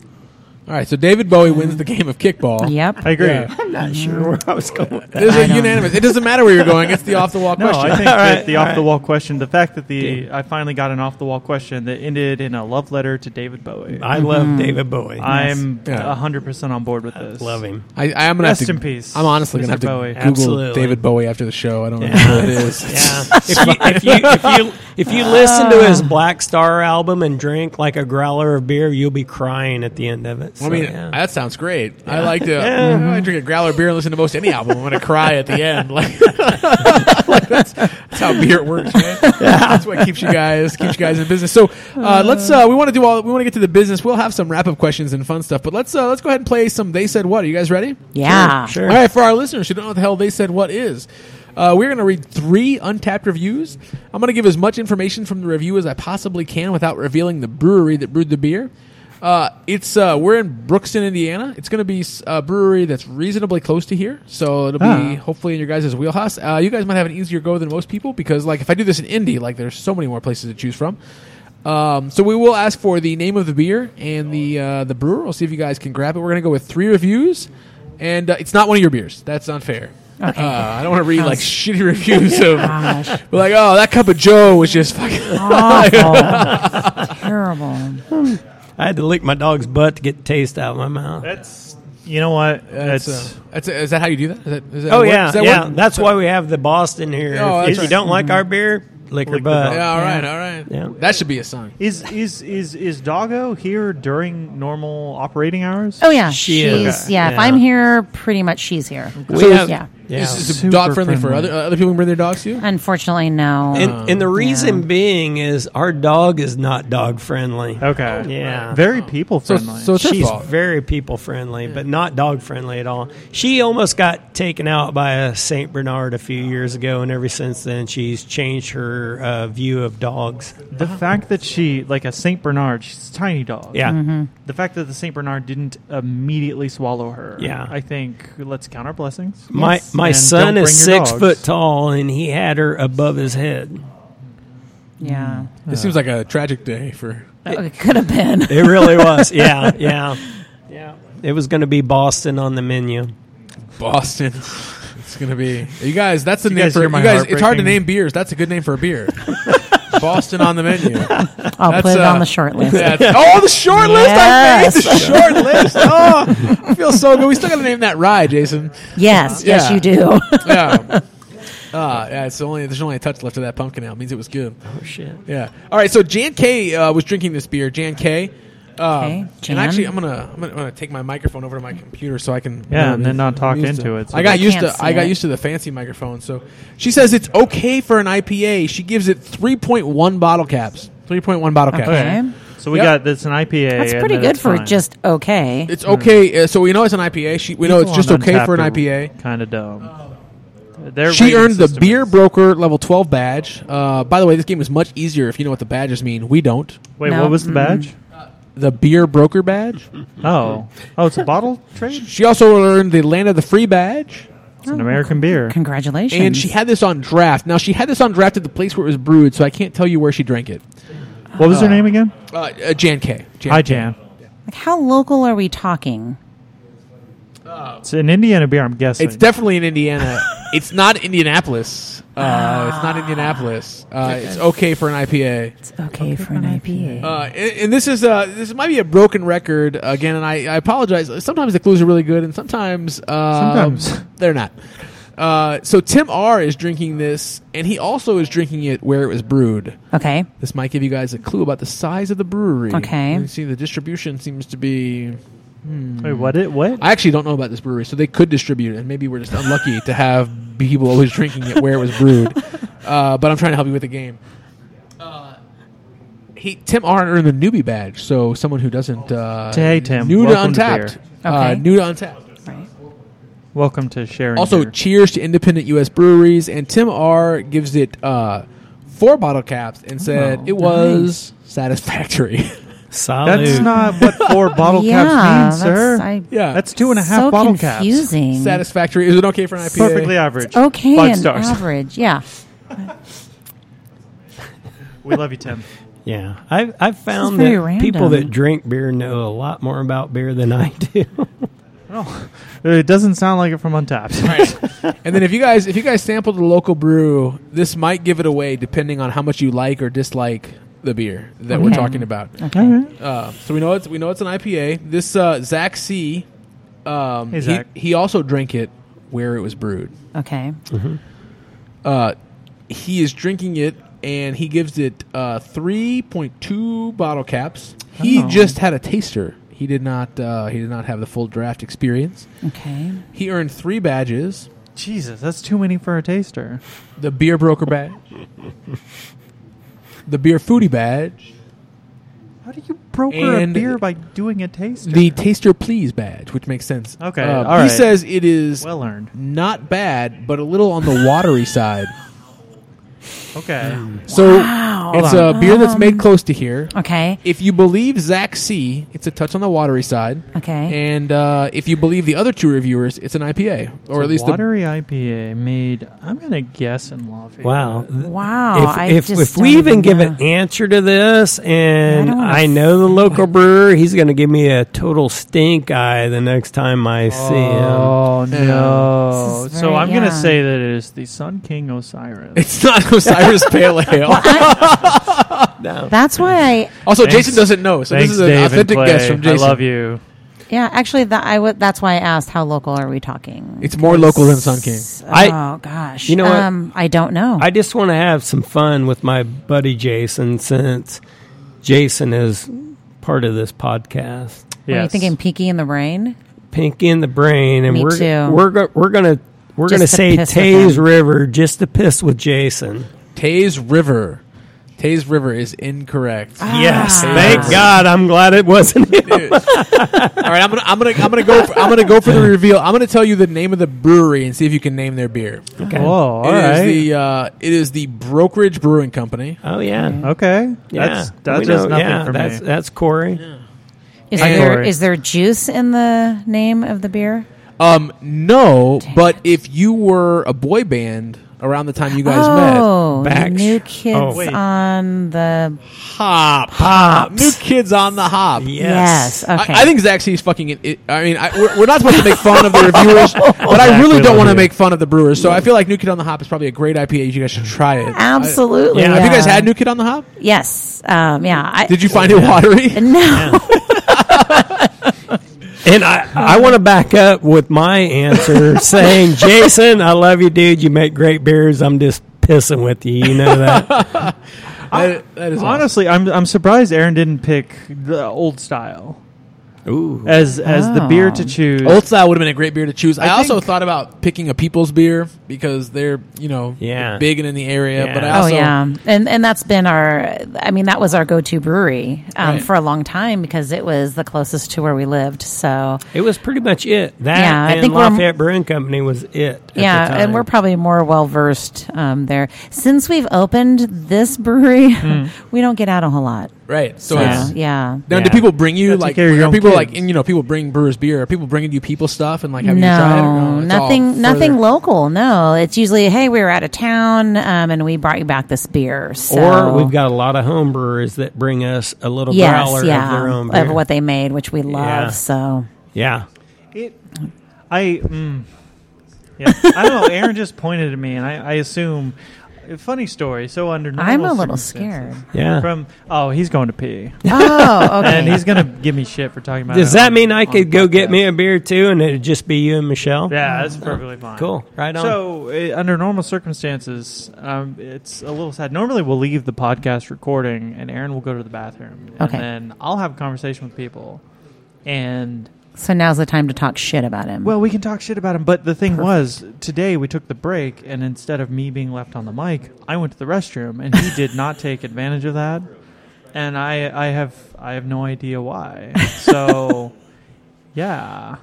Speaker 1: All right, so David Bowie wins the game of kickball.
Speaker 4: Um, Yep.
Speaker 2: I agree.
Speaker 1: Yeah.
Speaker 3: I'm not sure where I was going with that.
Speaker 1: There's
Speaker 4: I
Speaker 1: a
Speaker 4: don't-
Speaker 1: unanimous. It doesn't matter where you're going. It's the off the wall
Speaker 2: No,
Speaker 1: question.
Speaker 2: I think
Speaker 3: All
Speaker 2: that
Speaker 3: right,
Speaker 2: the
Speaker 3: all
Speaker 2: off the wall question, the fact that the I finally got an off the wall question that ended in a love letter to David Bowie.
Speaker 3: I
Speaker 4: Mm-hmm.
Speaker 3: love David Bowie.
Speaker 2: I'm
Speaker 1: Yeah. hundred
Speaker 2: hundred percent on board with this.
Speaker 3: love him.
Speaker 1: I, I am gonna
Speaker 2: Rest
Speaker 1: have to,
Speaker 2: in peace,
Speaker 1: I'm honestly gonna
Speaker 2: Mr.
Speaker 1: have to
Speaker 2: Bowie.
Speaker 1: Google
Speaker 3: Absolutely.
Speaker 1: David Bowie after the show. I don't know
Speaker 3: Yeah.
Speaker 1: who it is.
Speaker 3: Yeah. if, you, if you if you if you listen to his Black Star album and drink like a growler of beer, you'll be crying at the end of it.
Speaker 1: I mean,
Speaker 3: So, yeah.
Speaker 1: that sounds great. I like to. I drink a growler beer and listen to most any album. I'm gonna cry at the end. Like, like that's, that's how beer works, man. That's what keeps you guys keeps you guys in business. So uh, let's. Uh, we want to do all. We want to get to the business. We'll have some wrap up questions and fun stuff. But let's uh, let's go ahead and play some. They said what? Are you guys ready?
Speaker 4: yeah.
Speaker 3: sure.
Speaker 1: All right, for our listeners who don't know what the hell they said what is, uh, we're going to read three untapped reviews. I'm going to give as much information from the review as I possibly can without revealing the brewery that brewed the beer. Uh, it's uh, we're in Brookston, Indiana. It's going to be s- a brewery that's reasonably close to here, so it'll be
Speaker 2: Ah.
Speaker 1: hopefully in your guys' wheelhouse. Uh, you guys might have an easier go than most people because, like, if I do this in Indy, like, there's so many more places to choose from. Um, so we will ask for the name of the beer and the uh, the brewer. We'll see if you guys can grab it. We're gonna go with three reviews, and uh, it's not one of your beers. That's unfair.
Speaker 4: Okay.
Speaker 1: Uh, I don't want to read like shitty reviews of
Speaker 4: Gosh,
Speaker 1: we're like, oh, that cup of Joe was just fucking.
Speaker 4: awful, terrible.
Speaker 3: I had to lick my dog's butt to get the taste out of my mouth.
Speaker 2: That's you know what?
Speaker 1: That's,
Speaker 2: That's
Speaker 1: uh, that's is that how you do that? Is that, is that
Speaker 3: Oh
Speaker 1: what-
Speaker 3: yeah,
Speaker 1: is that
Speaker 3: yeah.
Speaker 1: what-
Speaker 3: That's why we have the Boston here.
Speaker 1: Oh,
Speaker 3: if
Speaker 1: that's
Speaker 3: you
Speaker 1: right.
Speaker 3: don't like our beer, lick your
Speaker 2: Lick the
Speaker 3: butt.
Speaker 2: dog.
Speaker 1: Yeah, all right, all right.
Speaker 3: Yeah.
Speaker 1: That should be a song.
Speaker 2: is is is is Doggo here during normal operating hours?
Speaker 4: Oh yeah,
Speaker 3: She
Speaker 4: she's
Speaker 3: is. Okay.
Speaker 4: yeah. If
Speaker 3: Yeah.
Speaker 4: I'm here, pretty much she's here.
Speaker 3: We
Speaker 4: So,
Speaker 3: have-
Speaker 4: yeah.
Speaker 3: yeah.
Speaker 1: Is, is it
Speaker 2: Super
Speaker 1: dog friendly, for
Speaker 2: friendly.
Speaker 1: other uh, other people can bring their dogs to you?
Speaker 4: Unfortunately, no.
Speaker 3: and, and the reason
Speaker 4: Yeah.
Speaker 3: being is our dog is not dog friendly.
Speaker 2: Okay.
Speaker 3: Yeah.
Speaker 2: Very people
Speaker 1: So,
Speaker 2: friendly.
Speaker 1: so it's her
Speaker 3: She's
Speaker 1: fault.
Speaker 3: very people friendly, but not dog friendly at all. She almost got taken out by a Saint Bernard a few years ago, and ever since then, she's changed her uh, view of dogs.
Speaker 2: the fact that she like a Saint Bernard, she's a tiny dog.
Speaker 3: Yeah,
Speaker 2: The fact that the Saint Bernard didn't immediately swallow her.
Speaker 3: Yeah.
Speaker 2: I think let's count our blessings.
Speaker 3: my
Speaker 4: Yes.
Speaker 3: my
Speaker 2: And don't
Speaker 3: son
Speaker 2: bring
Speaker 3: is
Speaker 2: your
Speaker 3: six
Speaker 2: dogs.
Speaker 3: foot tall, and he had her above his head.
Speaker 4: yeah,
Speaker 1: This seems like a tragic day for.
Speaker 4: Oh, it could have been.
Speaker 3: It really was. Yeah, yeah, yeah. It was going to be Boston on the menu.
Speaker 1: Boston. It's gonna be you guys. That's the name
Speaker 2: guys
Speaker 1: for
Speaker 2: hear
Speaker 1: you
Speaker 2: my
Speaker 1: guys. It's hard to
Speaker 2: heartbreaking-
Speaker 1: name beers. That's a good name for a beer. Boston on the menu.
Speaker 4: I'll
Speaker 1: That's,
Speaker 4: put it
Speaker 1: uh,
Speaker 4: on the short list.
Speaker 1: That's- oh, the short list! I made the short list! Oh, I feel so good. We still got to name that rye, Jason.
Speaker 4: Yes,
Speaker 1: Yeah.
Speaker 4: yes, you
Speaker 3: Um,
Speaker 4: do.
Speaker 1: Yeah. Uh, yeah, it's only there's only a touch left of that pumpkin ale. It means it was good.
Speaker 5: Oh shit.
Speaker 1: Yeah. All right. So Jan K uh, was drinking this beer. Jan K. Um,
Speaker 4: Okay, Jan.
Speaker 1: And actually, I'm gonna, I'm gonna I'm gonna take my microphone over to my computer so I can.
Speaker 2: Yeah, and then
Speaker 1: I'm
Speaker 2: not talk
Speaker 1: used
Speaker 2: into
Speaker 1: to-
Speaker 2: it, so
Speaker 1: I got
Speaker 4: I
Speaker 1: used to
Speaker 4: can't see
Speaker 1: I got
Speaker 4: it.
Speaker 1: used to the fancy microphone. So she says it's okay for an IPA. She gives it 3.1 bottle caps. 3.1 bottle caps.
Speaker 4: Okay.
Speaker 2: So we
Speaker 1: Yep.
Speaker 2: got that's an IPA.
Speaker 4: That's
Speaker 2: and
Speaker 4: pretty
Speaker 2: then
Speaker 4: good
Speaker 2: it's
Speaker 4: for
Speaker 2: fine.
Speaker 4: just okay.
Speaker 2: Hmm.
Speaker 1: It's okay. Uh, so we know it's an IPA. She, we know it's just okay for an IPA.
Speaker 2: Kind of dumb. Their
Speaker 1: She
Speaker 2: rating
Speaker 1: earned the
Speaker 2: system
Speaker 1: beer
Speaker 2: is-
Speaker 1: broker level 12 badge. Uh, by the way, this game is much easier if you know what the badges mean. We don't.
Speaker 2: Wait,
Speaker 4: No,
Speaker 2: what was the
Speaker 4: mm-mm.
Speaker 2: badge?
Speaker 1: The beer broker badge.
Speaker 2: Oh, oh, it's a bottle trade.
Speaker 1: She also earned the land of the free badge.
Speaker 2: It's an American beer.
Speaker 4: Oh, Congratulations.
Speaker 1: And she had this on draft. Now she had this on draft at the place where it was brewed, so I can't tell you where she drank it.
Speaker 2: What was her name again?
Speaker 1: Uh, uh, Jan K. Jan
Speaker 2: Hi, Jan.
Speaker 4: like, how local are we talking?
Speaker 2: It's an Indiana beer. I'm guessing.
Speaker 1: It's definitely in Indiana. it's not Indianapolis. Uh, it's not Indianapolis. Uh, it's okay for an IPA.
Speaker 4: It's okay, for an IPA.
Speaker 1: Uh, and, and this is uh, this might be a broken record again, and I, I apologize. Sometimes the clues are really good, and sometimes uh,
Speaker 2: Sometimes.
Speaker 1: they're not. Uh, so Tim R is drinking this, and he also is drinking it where it was brewed.
Speaker 4: Okay.
Speaker 1: This might give you guys a clue about the size of the brewery.
Speaker 4: Okay.
Speaker 1: You see, the distribution seems to be.
Speaker 2: Wait, what? It what?
Speaker 1: I actually don't know about this brewery, so they could distribute it, and maybe we're just unlucky to have people always drinking it where it was brewed. Uh, but I'm trying to help you with the game. Uh, he Tim Arn earned the newbie badge, so someone who doesn't. Uh,
Speaker 2: Hey, Tim.
Speaker 1: New to
Speaker 2: Welcome to
Speaker 1: untapped.
Speaker 4: beer.
Speaker 1: Uh,
Speaker 4: Okay.
Speaker 1: new to untapped.
Speaker 4: Right.
Speaker 2: Welcome to sharing.
Speaker 1: Also,
Speaker 2: beer.
Speaker 1: cheers to independent U.S. breweries. And Tim R gives it uh, four bottle caps and said
Speaker 2: Oh,
Speaker 1: it was satisfactory.
Speaker 3: Solid.
Speaker 2: that's not what four bottle
Speaker 4: yeah,
Speaker 2: caps mean, sir.
Speaker 4: that's, I,
Speaker 1: yeah,
Speaker 2: that's two and a half
Speaker 4: so
Speaker 2: bottle caps.
Speaker 4: confusing.
Speaker 1: satisfactory. Is it okay for an IPA?
Speaker 2: Perfectly average.
Speaker 4: Okay,
Speaker 2: Five
Speaker 4: and
Speaker 2: stars.
Speaker 4: average. Yeah.
Speaker 2: We love you, Tim.
Speaker 3: Yeah, I've I've found
Speaker 4: very
Speaker 3: that people
Speaker 4: random.
Speaker 3: that drink beer know a lot more about beer than I do.
Speaker 2: Oh, it doesn't sound like it from Untapped.
Speaker 1: And then if you guys if you guys sample the local brew, this might give it away depending on how much you like or dislike the beer that we're
Speaker 4: Okay.
Speaker 1: talking about.
Speaker 4: Okay.
Speaker 1: Uh, so we know it's we know it's an IPA. This uh, Zach C. Um,
Speaker 2: Hey,
Speaker 1: he-
Speaker 2: Zach.
Speaker 1: He, also drank it where it was brewed.
Speaker 4: Okay.
Speaker 1: Uh, he is drinking it and he gives it uh, three point two bottle caps. He
Speaker 4: Oh.
Speaker 1: just had a taster. He did not. Uh, he did not have the full draft experience.
Speaker 4: Okay.
Speaker 1: He earned three badges:
Speaker 2: Jesus, that's too many for a taster.
Speaker 1: the beer broker badge, the beer foodie badge,
Speaker 2: How do you broker
Speaker 1: And-
Speaker 2: a beer by doing a taster?
Speaker 1: the taster please badge, which makes sense.
Speaker 2: Okay,
Speaker 1: Um,
Speaker 2: all
Speaker 1: He
Speaker 2: right.
Speaker 1: says it is
Speaker 2: well earned.
Speaker 1: not bad, but a little on the watery side.
Speaker 2: Okay.
Speaker 1: So
Speaker 4: Wow.
Speaker 1: it's
Speaker 2: Hold Um,
Speaker 1: a beer that's made close to here.
Speaker 4: Okay.
Speaker 1: If you believe Zach C, it's a touch on the watery side.
Speaker 4: Okay.
Speaker 1: And uh, if you believe the other two reviewers, it's an IPA, or at least the-
Speaker 2: watery IPA made. I'm gonna guess in Lafayette.
Speaker 3: wow.
Speaker 4: wow. Oh, I
Speaker 3: If, if,
Speaker 4: just
Speaker 3: if
Speaker 4: don't
Speaker 3: we even give
Speaker 4: know.
Speaker 3: an answer to this, and
Speaker 4: I don't wanna
Speaker 3: I, know the local brewer, he's going to give me a total stink eye the next time I see
Speaker 2: Oh
Speaker 1: Yeah.
Speaker 2: no!
Speaker 4: This is
Speaker 2: So
Speaker 4: very-
Speaker 2: I'm gonna
Speaker 4: yeah.
Speaker 2: say that it is the Sun King Osiris.
Speaker 1: it's not Osiris Pale Ale.
Speaker 4: That's why I
Speaker 1: Also,
Speaker 2: Thanks.
Speaker 1: Jason doesn't know, so
Speaker 2: Thanks,
Speaker 1: this is an
Speaker 2: Dave and
Speaker 1: authentic
Speaker 2: Clay.
Speaker 1: guess from Jason.
Speaker 2: I love you.
Speaker 4: yeah, actually that I would that's why I asked how local are we talking?
Speaker 1: It's more local than Sun King.
Speaker 3: I-
Speaker 4: oh gosh.
Speaker 3: You know what?
Speaker 4: um I don't know.
Speaker 3: him. I just want to have some fun with my buddy Jason since Jason is part of this podcast.
Speaker 4: Were you
Speaker 2: Yes.
Speaker 4: thinking Peaky in the Rain?
Speaker 3: Pink in the brain, and
Speaker 4: Me
Speaker 3: we're
Speaker 4: too.
Speaker 3: we're go- we're gonna we're
Speaker 4: Just
Speaker 3: gonna
Speaker 4: to
Speaker 3: say
Speaker 4: piss with
Speaker 3: Taze
Speaker 4: him.
Speaker 3: River just to piss with Jason.
Speaker 1: Taze River. Taze River is incorrect.
Speaker 3: Yes,
Speaker 1: Ah.
Speaker 3: thank God. I'm glad it wasn't him.
Speaker 1: All right, I'm gonna, I'm gonna, I'm gonna go. For, I'm gonna go for the reveal. I'm gonna tell you the name of the brewery and see if you can name their beer.
Speaker 2: Whoa! All
Speaker 1: It is
Speaker 2: right.
Speaker 1: the uh, it is the Brokerage Brewing Company.
Speaker 3: Oh yeah,
Speaker 2: okay. That's
Speaker 3: yeah.
Speaker 2: that
Speaker 3: We
Speaker 2: does
Speaker 3: know-
Speaker 2: nothing
Speaker 3: yeah,
Speaker 2: for
Speaker 3: that's,
Speaker 2: me.
Speaker 3: That's Corey.
Speaker 4: Is
Speaker 1: And-
Speaker 4: there
Speaker 2: Sorry.
Speaker 4: is there juice in the name of the beer?
Speaker 1: Um, no, but if you were a boy band, around the time you guys
Speaker 4: oh,
Speaker 3: met. Back-
Speaker 4: new kids
Speaker 3: Oh, wait.
Speaker 4: on the
Speaker 1: met. Hop, hop, new kids on the hop.
Speaker 4: yes. Okay,
Speaker 1: I, I think Zach C is fucking. It, it, I mean, I, we're, we're not supposed to make fun of the reviewers, but I really
Speaker 3: Exactly
Speaker 1: don't want to
Speaker 3: right.
Speaker 1: make fun of the brewers. So I feel like New Kid on the Hop is probably a great IPA. You guys should try it.
Speaker 4: absolutely.
Speaker 1: I, have you guys
Speaker 4: yeah.
Speaker 1: had New Kid on the Hop?
Speaker 4: Yes. Um, yeah. I,
Speaker 1: Did you find it watery?
Speaker 4: No.
Speaker 5: And I, I want to back up with my answer saying, Jason, I love you, dude. You make great beers. I'm just pissing with you. You know that.
Speaker 1: That- that is awesome.
Speaker 2: Honestly, I'm I'm surprised Aaron didn't pick the old style
Speaker 5: Ooh. Ah.
Speaker 2: as as the beer to
Speaker 4: Oh.
Speaker 2: choose.
Speaker 1: Old style would have been a great beer to choose. I, also
Speaker 2: think-
Speaker 1: thought about picking a people's beer because they're you know
Speaker 5: Yeah.
Speaker 1: big and in the area.
Speaker 5: Yeah.
Speaker 1: But I
Speaker 5: Oh,
Speaker 4: Oh
Speaker 1: also
Speaker 4: yeah, and and that's been our. I mean, that was our go-to brewery um,
Speaker 1: Right.
Speaker 4: for a long time because it was the closest to where we lived. So
Speaker 5: It was pretty much it. That
Speaker 4: Yeah, I
Speaker 5: and
Speaker 4: think we're-
Speaker 5: Lafayette Brewing Company was it. at the
Speaker 4: yeah,
Speaker 5: time.
Speaker 4: and we're probably more well versed um, there. Since we've opened this brewery,
Speaker 1: Hmm.
Speaker 4: we don't get out a whole lot.
Speaker 1: right. So
Speaker 4: So,
Speaker 1: it's,
Speaker 4: yeah.
Speaker 1: now, do
Speaker 5: Yeah.
Speaker 1: people bring you
Speaker 2: Gotta take
Speaker 1: like
Speaker 2: care of your
Speaker 1: are
Speaker 2: own
Speaker 1: people like
Speaker 2: kids.
Speaker 1: and, you know people bring brewers beer? Are people bringing you people stuff and like have you tried it?
Speaker 4: No,
Speaker 1: it's all
Speaker 4: nothing, nothing
Speaker 1: further-
Speaker 4: local. No, it's usually hey, we were out of town, um, and we brought you back this beer. So.
Speaker 5: Or we've got a lot of home brewers that bring us a little growler
Speaker 4: yes,
Speaker 5: of their
Speaker 4: yeah,
Speaker 5: own beer.
Speaker 4: what they made, which we love.
Speaker 5: Yeah.
Speaker 4: So
Speaker 5: yeah.
Speaker 2: It, I, mm, yeah, I don't know. Aaron just pointed at me, and I, I assume. Funny story. So under normal
Speaker 4: I'm a little
Speaker 2: circumstances-
Speaker 4: scared.
Speaker 5: Yeah.
Speaker 2: From oh, he's going to pee,
Speaker 4: Oh, okay.
Speaker 2: and he's gonna give me shit for talking about.
Speaker 5: Does
Speaker 2: it
Speaker 5: that
Speaker 2: on-
Speaker 5: mean I
Speaker 2: on
Speaker 5: could go get
Speaker 2: podcast.
Speaker 5: me a beer too and it'd just be you and Michelle?
Speaker 2: Yeah, that's perfectly fine.
Speaker 5: Cool. Right on.
Speaker 2: So, uh, under normal circumstances, um, it's a little sad. Normally, we'll leave the podcast recording, and Aaron will go to the bathroom, and
Speaker 4: Okay.
Speaker 2: then I'll have a conversation with people, and
Speaker 4: So now's the time to talk shit about him.
Speaker 2: well, we can talk shit about him. But the thing was, today we took the break, and instead of me being left on the mic, I went to the restroom, and he did not take advantage of that, and I, I have, I have no idea why. So, yeah.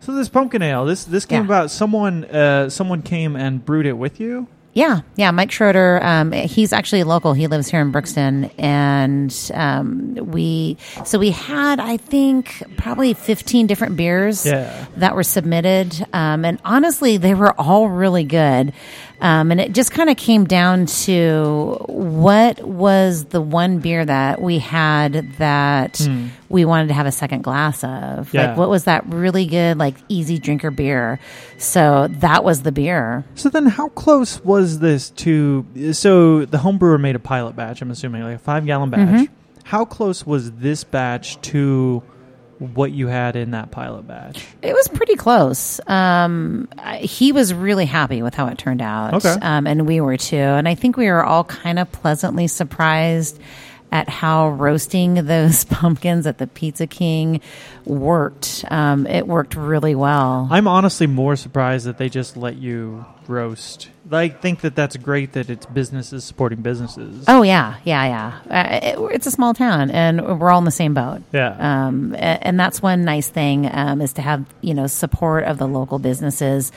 Speaker 2: So this pumpkin ale, this this came
Speaker 4: Yeah.
Speaker 2: about. Someone, uh, someone came and brewed it with you.
Speaker 4: yeah, yeah. Mike Schroeder, um, he's actually local. He lives here in Brixton, and um, we so we had I think probably fifteen different beers
Speaker 2: Yeah.
Speaker 4: that were submitted, um, and honestly, they were all really good. Um, and it just kind of came down to what was the one beer that we had that we wanted to have a second glass of.
Speaker 2: Hmm. Yeah.
Speaker 4: Like, what was that really good, like easy drinker beer? So that was the beer.
Speaker 2: So then, how close was this to? So the homebrewer made a pilot batch. I'm assuming like a five gallon batch.
Speaker 4: Mm-hmm.
Speaker 2: How close was this batch to what you had in that pilot batch?
Speaker 4: It was pretty close. Um, I- he was really happy with how it turned out.
Speaker 2: Okay.
Speaker 4: Um, and we were too. And I think we were all kind of pleasantly surprised at how roasting those pumpkins at the Pizza King worked. Um, it worked really well.
Speaker 2: I'm honestly more surprised that they just let you roast. I think that that's great that it's businesses supporting businesses.
Speaker 4: Oh yeah, yeah, yeah. Uh, it, it's a small town, and we're all in the same boat.
Speaker 2: Yeah.
Speaker 4: Um, a- and that's one nice thing um, is to have you know support of the local businesses.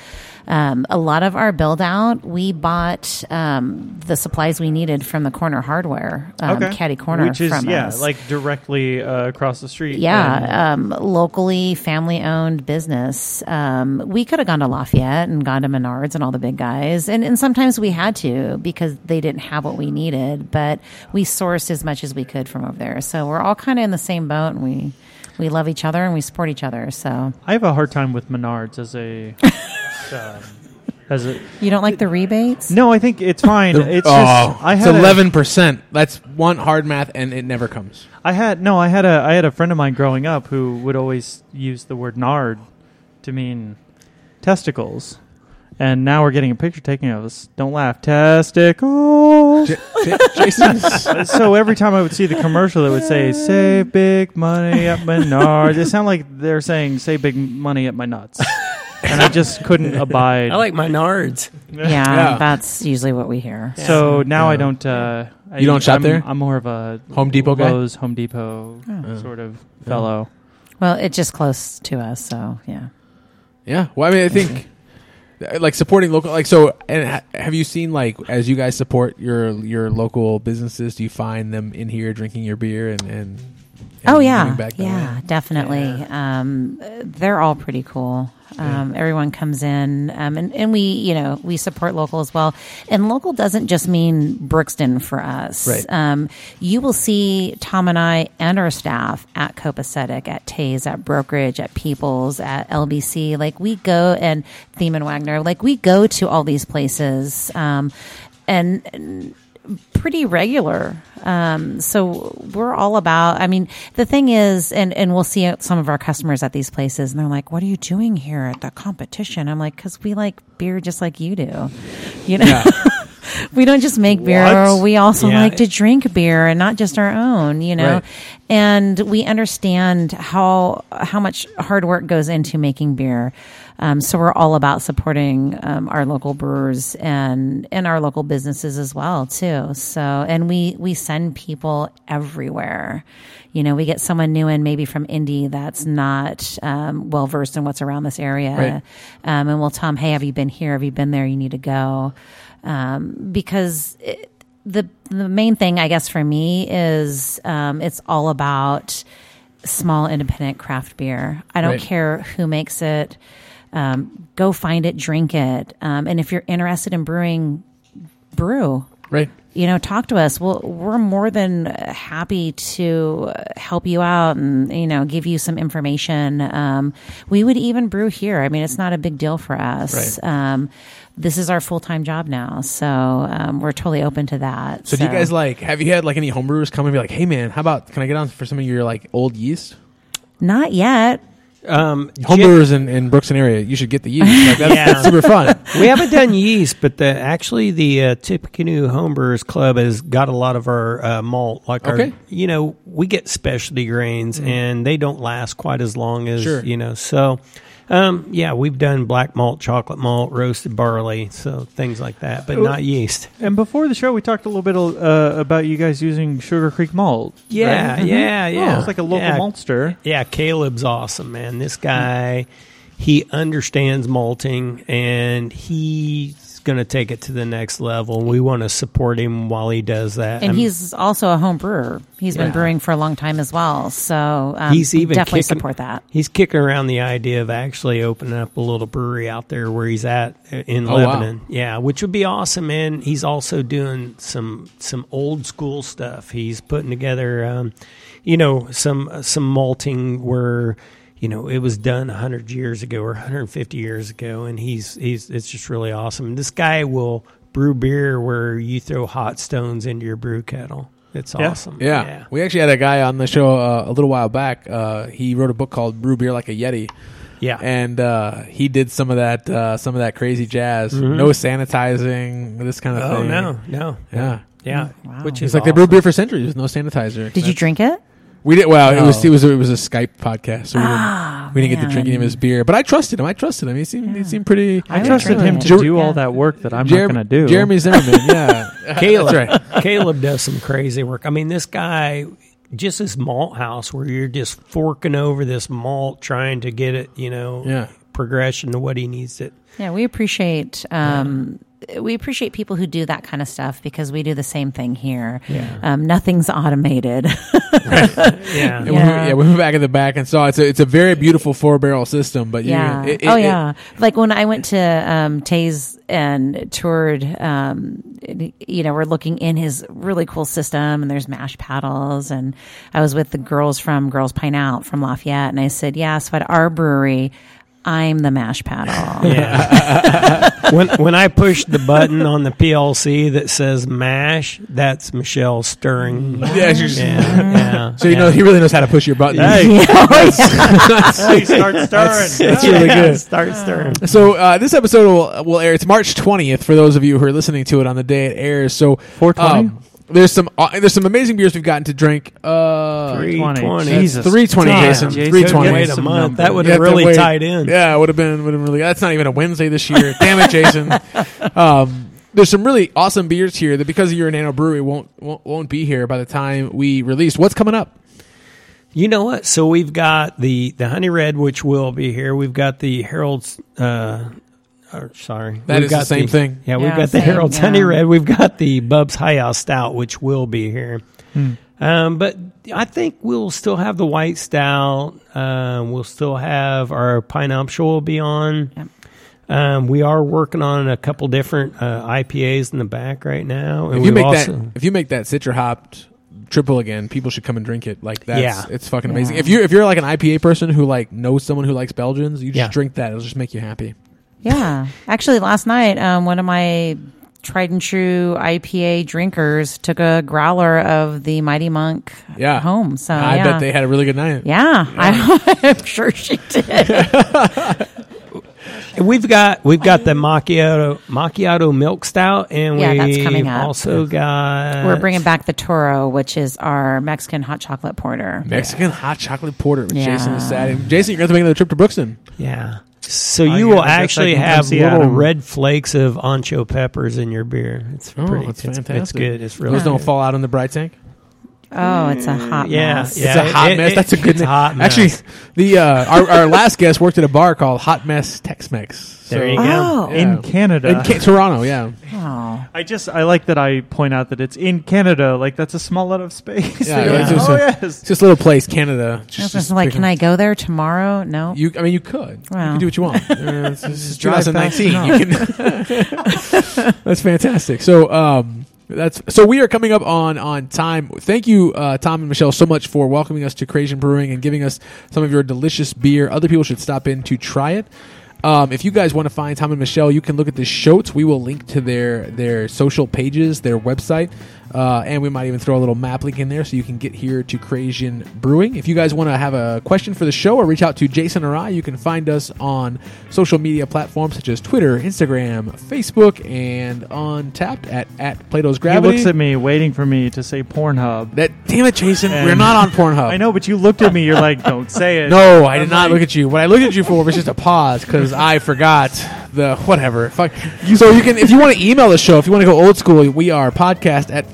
Speaker 4: Um, a lot of our build out, we bought um, the supplies we needed from the corner hardware, um, Caddy Corner,
Speaker 2: which is
Speaker 4: from
Speaker 2: yeah,
Speaker 4: us.
Speaker 2: like directly uh, across the street. And-
Speaker 4: Yeah, um, locally family owned business. Um, we could have gone to Lafayette and gone to Menards and all the big guys, and, and sometimes we had to because they didn't have what we needed. But we sourced as much as we could from over there, so we're all kind of in the same boat, and we we love each other and we support each other. So
Speaker 2: I have a hard time with Menards as a. um, as a
Speaker 4: you don't like the rebates?
Speaker 2: no, I think it's fine. It's
Speaker 1: oh,
Speaker 2: just I
Speaker 1: it's
Speaker 2: had a-
Speaker 1: eleven percent. That's one hard math, and it never comes.
Speaker 2: I had no, I had a I had a friend of mine growing up who would always use the word nard to mean testicles. And now we're getting a picture taken of us. Don't laugh. Testicles.
Speaker 1: J- J- Jason,
Speaker 2: so every time I would see the commercial that would say "Save big money at my nards," it sounded like they're saying "Save big money at my nuts," and I just couldn't abide.
Speaker 5: I like my Nards.
Speaker 4: Yeah,
Speaker 1: Yeah.
Speaker 4: that's usually what we hear.
Speaker 2: so now I don't. Uh, I,
Speaker 1: You don't shop
Speaker 2: I'm,
Speaker 1: there?
Speaker 2: I'm more of a
Speaker 1: Home Depot guy?
Speaker 2: Lowe's, Home Depot sort of fellow.
Speaker 4: Well, it's just close to us, so yeah.
Speaker 1: Yeah. Well, I mean, I think uh, like supporting local, like so. And ha- have you seen like as you guys support your your local businesses? Do you find them in here drinking your beer and and
Speaker 4: Oh
Speaker 1: and
Speaker 4: yeah,
Speaker 1: giving back that
Speaker 4: yeah,
Speaker 1: way.
Speaker 4: definitely. Um, they're all pretty cool. Um, Everyone comes in, um, and and we you know we support local as well. And local doesn't just mean Brookston for us.
Speaker 1: Right.
Speaker 4: Um, you will see Tom and I and our staff at Copacetic, at Tays, at Brokerage, at Peoples, at LBC. Like we go and Thiemann Wagner. Like we go to all these places. Um, and pretty regular. Um, so we're all about, I mean, the thing is, and, and we'll see some of our customers at these places and they're like, what are you doing here at the competition? I'm like, cause we like beer just like you do, you know? we don't just make beer.
Speaker 3: What?
Speaker 4: We also
Speaker 3: Yeah.
Speaker 4: like to drink beer and not just our own, you know?
Speaker 1: Right.
Speaker 4: And we understand how, how much hard work goes into making beer. Um, so we're all about supporting um, our local brewers and and our local businesses as well too. So and we we send people everywhere. You know, we get someone new in maybe from Indy that's not um, well versed in what's around this area,
Speaker 1: Right.
Speaker 4: um, and we'll tell them, "Hey, have you been here? Have you been there? You need to go," um, because. It, the the main thing I guess for me is um, it's all about small independent craft beer. I don't
Speaker 1: Right.
Speaker 4: care who makes it. Um, go find it, drink it, um, and if you're interested in brewing, brew.
Speaker 1: Right.
Speaker 4: You know, talk to us. We'll, we're more than uh, happy to uh, help you out and you know give you some information. Um, we would even brew here. I mean, it's not a big deal for us.
Speaker 1: Right.
Speaker 4: Um, this is our full time job now, so um, we're totally open to that.
Speaker 1: So, do you guys like? Have you had like any homebrewers come and be like, "Hey, man, how about can I get on for some of your like old yeast?"
Speaker 4: Not yet.
Speaker 3: Um,
Speaker 1: Homebrewers in, in Brookston area, you should get the yeast. Like, that's,
Speaker 3: Yeah.
Speaker 1: that's super fun.
Speaker 3: we haven't done yeast, but the, actually the uh, Tippecanoe Homebrewers Club has got a lot of our uh, malt. Like
Speaker 1: Okay. Mm.
Speaker 3: our, you know, we get specialty grains, and they don't last quite as long as
Speaker 1: Sure.
Speaker 3: you know. So, um, yeah, we've done black malt, chocolate malt, roasted barley, so things like that, but not yeast.
Speaker 2: And before the show, we talked a little bit uh, about you guys using Sugar Creek malt.
Speaker 3: Yeah,
Speaker 2: right?
Speaker 3: yeah, yeah.
Speaker 2: Oh, it's like a local
Speaker 3: Yeah.
Speaker 2: maltster.
Speaker 3: Yeah, Caleb's awesome, man. This
Speaker 1: Mm.
Speaker 3: guy, he understands malting and he's going to take it to the next level. We want to support him while he does that.
Speaker 4: And
Speaker 3: I'm-
Speaker 4: he's also a home brewer. He's
Speaker 3: Yeah.
Speaker 4: been brewing for a long time as well. So um,
Speaker 3: he's even
Speaker 4: definitely
Speaker 3: kicking-
Speaker 4: support that.
Speaker 3: He's kicking around the idea of actually opening up a little brewery out there where he's at uh, in
Speaker 1: Oh, wow.
Speaker 3: Lebanon. Yeah, which would be awesome. And he's also doing some some old school stuff. He's putting together, um, you know, some uh, some malting where. You know, it was done 100 years ago or 150 years ago, and he's he's it's just really awesome. This guy will brew beer where you throw hot stones into your brew kettle. It's
Speaker 2: Yeah.
Speaker 3: awesome.
Speaker 1: Yeah. we actually had a guy on the show uh, a little while back. Uh, he wrote a book called "Brew Beer Like a Yeti."
Speaker 3: Yeah.
Speaker 1: and uh, he did some of that, uh, some of that crazy jazz. No sanitizing, this kind of
Speaker 3: Oh
Speaker 1: thing.
Speaker 3: no, no,
Speaker 1: Yeah.
Speaker 3: yeah.
Speaker 4: Wow.
Speaker 3: Which
Speaker 1: It's
Speaker 3: is
Speaker 1: like they
Speaker 3: awesome.
Speaker 1: brewed beer for centuries with no sanitizer.
Speaker 4: Did you drink it?
Speaker 1: We did. Well, it was
Speaker 3: No.
Speaker 1: it was it was a Skype podcast, so we didn't, we didn't get to
Speaker 4: Ah, man.
Speaker 1: drinking him his beer. But I trusted him. I trusted him. He seemed he seemed pretty.
Speaker 4: I
Speaker 2: I
Speaker 4: would
Speaker 2: trusted
Speaker 4: try
Speaker 2: him
Speaker 4: it.
Speaker 2: to
Speaker 1: Jer-
Speaker 2: do all
Speaker 4: Yeah.
Speaker 2: that work that I'm
Speaker 1: Jerem-
Speaker 2: not going to do.
Speaker 1: Jeremy Zimmerman. Yeah,
Speaker 3: Caleb,
Speaker 1: That's right.
Speaker 3: Caleb does some crazy work. I mean, this guy, just this malt house where you're just forking over this malt, trying to get it, you know,
Speaker 1: Yeah.
Speaker 3: progression to what he needs it.
Speaker 4: Yeah, we appreciate um, we appreciate people who do that kind of stuff because we do the same thing here. Um, nothing's automated.
Speaker 3: Yeah.
Speaker 1: And We,
Speaker 4: Yeah.
Speaker 1: yeah, we went back in the back and saw it's a, it's a very beautiful four barrel system, but you-
Speaker 4: yeah.
Speaker 1: it- it-
Speaker 4: oh
Speaker 1: it-
Speaker 4: yeah. like when I went to um, Taze and toured, um, you know, we're looking in his really cool system, and there's mash paddles, and I was with the girls from Girls Pine Out from Lafayette, and I said, "Yeah, so at our brewery." I'm the mash paddle.
Speaker 3: Yeah. when when I push the button on the PLC that says mash, that's Michelle stirring. Yeah,
Speaker 1: Mm. yeah, just-
Speaker 3: yeah.
Speaker 1: So you know he really knows how to push your buttons.
Speaker 3: Hey,
Speaker 4: Oh,
Speaker 2: Hey, start stirring.
Speaker 1: That's really
Speaker 3: yeah,
Speaker 1: good.
Speaker 3: Start stirring.
Speaker 1: So uh, this episode will will air. It's March twentieth for those of you who are listening to it on the day it airs. So um,
Speaker 2: 420?
Speaker 1: there's some uh, there's some amazing beers we've gotten to drink. Uh,
Speaker 3: 320.
Speaker 2: 320.
Speaker 3: That's
Speaker 2: Jesus.
Speaker 1: 320,
Speaker 2: Damn,
Speaker 1: Jason.
Speaker 2: Jason.
Speaker 1: 320.
Speaker 3: Wait a
Speaker 2: Some
Speaker 3: month.
Speaker 2: number.
Speaker 3: That would
Speaker 1: You
Speaker 3: have
Speaker 1: have to
Speaker 3: really
Speaker 1: wait.
Speaker 3: tied in.
Speaker 1: Yeah, it would have been would have really. That's not even a Wednesday this year. Damn it, Jason. Um, there's some really awesome beers here that because you're a nano brewery won't, won't won't be here by the time we release. What's coming up?
Speaker 3: You know what? So we've got the the honey red, which will be here. We've got the Herald's. Uh,
Speaker 5: oh,
Speaker 3: or, sorry,
Speaker 1: That
Speaker 3: we've
Speaker 1: is the
Speaker 3: got
Speaker 1: same thing.
Speaker 3: Yeah, we've
Speaker 4: Yeah,
Speaker 3: got the
Speaker 4: same,
Speaker 3: Herald's
Speaker 4: yeah.
Speaker 1: Hmm.
Speaker 3: honey red. We've got the Bub's High House Stout, which will be here.
Speaker 5: Um, but I think we'll still have the white stout. Um, we'll still have our pineapple will be on.
Speaker 4: Yep.
Speaker 5: Um, we are working on a couple different uh, IPAs in the back right now.
Speaker 1: If you
Speaker 5: we've
Speaker 1: make
Speaker 5: also-
Speaker 1: that, if you make that citra hopped triple again, people should come and drink it. Like that's
Speaker 5: Yeah.
Speaker 1: it's fucking amazing. If you if you're like an IPA person who like knows someone who likes Belgians, you just
Speaker 5: Yeah.
Speaker 1: drink that. It'll just make you happy.
Speaker 4: Yeah. Actually, last night, um, one of my tried and true IPA drinkers took a growler of the Mighty Monk
Speaker 1: Yeah.
Speaker 4: home. So
Speaker 1: I
Speaker 4: yeah.
Speaker 1: bet they had a really good night.
Speaker 4: Yeah, I, I'm sure she did.
Speaker 5: We've got we've got the macchiato macchiato milk stout, and
Speaker 4: Yeah,
Speaker 5: we've
Speaker 4: that's coming up.
Speaker 5: also got
Speaker 4: We're bringing back the Toro, which is our Mexican hot chocolate porter.
Speaker 1: Mexican hot chocolate porter with
Speaker 4: Yeah.
Speaker 1: Jason is sad. And Jason, you're going to make another trip to Brookston.
Speaker 5: yeah. So
Speaker 2: Oh,
Speaker 5: you
Speaker 2: yeah,
Speaker 5: will
Speaker 2: I guess I
Speaker 5: actually
Speaker 2: can come
Speaker 5: have
Speaker 2: see
Speaker 5: little
Speaker 2: Adam.
Speaker 5: red flakes of ancho peppers in your beer. It's
Speaker 1: Oh,
Speaker 5: pretty.
Speaker 1: that's
Speaker 5: it's, it's
Speaker 1: fantastic.
Speaker 5: good. It's really
Speaker 1: Those don't
Speaker 5: good.
Speaker 1: fall out on the bright tank.
Speaker 4: Oh, it's a hot
Speaker 5: Yeah,
Speaker 4: mess.
Speaker 5: yeah.
Speaker 1: it's a hot
Speaker 5: it-
Speaker 1: mess.
Speaker 5: it-
Speaker 1: That's a good
Speaker 5: it's
Speaker 1: name.
Speaker 5: hot mess.
Speaker 1: Actually, the uh, our, our last guest worked at a bar called Hot Mess Tex Mex.
Speaker 5: There you go.
Speaker 4: Oh,
Speaker 1: Yeah.
Speaker 2: In Canada.
Speaker 1: In Ca- Toronto, yeah.
Speaker 4: wow.
Speaker 2: I just I like that I point out that it's in Canada. Like that's a small lot of space.
Speaker 1: Yeah,
Speaker 2: You're
Speaker 1: it's
Speaker 2: like,
Speaker 1: just
Speaker 2: oh
Speaker 1: a-
Speaker 2: yes.
Speaker 1: It's just a little place, Canada.
Speaker 4: I was
Speaker 1: Just,
Speaker 4: just like, can I go there tomorrow? No.
Speaker 1: You, I mean, you could. You
Speaker 4: Wow.
Speaker 1: could do what you want. Uh, it's, it's
Speaker 2: Drive fast
Speaker 1: 2019. You can- that's fantastic. So, um, that's so we are coming up on on time. Thank you, uh, Tom and Michelle, so much for welcoming us to Creation Brewing and giving us some of your delicious beer. Other people should stop in to try it. Um, if you guys want to find Tom and Michelle, you can look at the shows. We will link to their their social pages, their website, uh, and we might even throw a little map link in there so you can get here to Creation Brewing. If you guys want to have a question for the show or reach out to Jason or I, you can find us on social media platforms such as Twitter, Instagram, Facebook, and on Tapped at at Plato's
Speaker 2: He
Speaker 1: Gravity.
Speaker 2: looks at me, waiting for me to say Pornhub.
Speaker 1: that damn it, Jason,
Speaker 2: And-
Speaker 1: we're not on Pornhub.
Speaker 2: I know, but you looked at me. You're like, don't say it.
Speaker 1: No, I did
Speaker 2: I'm
Speaker 1: not
Speaker 2: like-
Speaker 1: look at you. What I looked at you for was just a pause because I forgot the whatever. Fuck. You, so you can, if you want to email the show, if you want to go old school, we are podcast at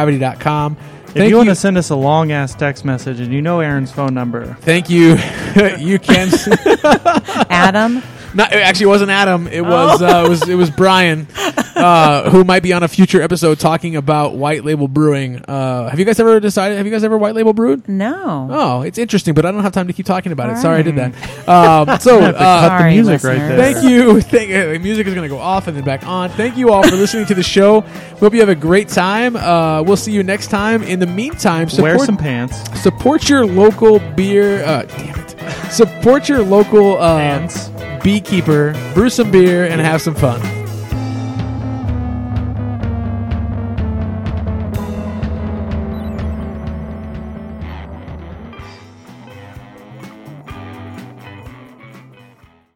Speaker 1: platosgravity.com. Thank
Speaker 2: If you, want to send us a long ass text message, and you know Aaron's phone number,
Speaker 1: Thank you. you can. s-
Speaker 4: Adam,
Speaker 1: Not, it actually wasn't Adam. It was, uh, it was it was Brian, uh, who might be on a future episode talking about white label brewing. Uh, have you guys ever decided? Have you guys ever white label brewed?
Speaker 4: no.
Speaker 1: Oh, it's interesting, but I don't have time to keep talking about it.
Speaker 4: All
Speaker 1: Sorry, I did
Speaker 4: right.
Speaker 1: that. Um, so uh,
Speaker 2: the
Speaker 4: Sorry,
Speaker 2: music right
Speaker 4: listeners.
Speaker 2: there.
Speaker 1: Thank you. Thank, uh, music is going to go off and then back on. Thank you all for listening to the show. We hope you have a great time. Uh, we'll see you next time. In the meantime,
Speaker 2: wear
Speaker 1: support,
Speaker 2: some pants.
Speaker 1: support your local beer. Uh, damn it. Support your local uh,
Speaker 2: Pants.
Speaker 1: beekeeper, brew some beer, and have some fun.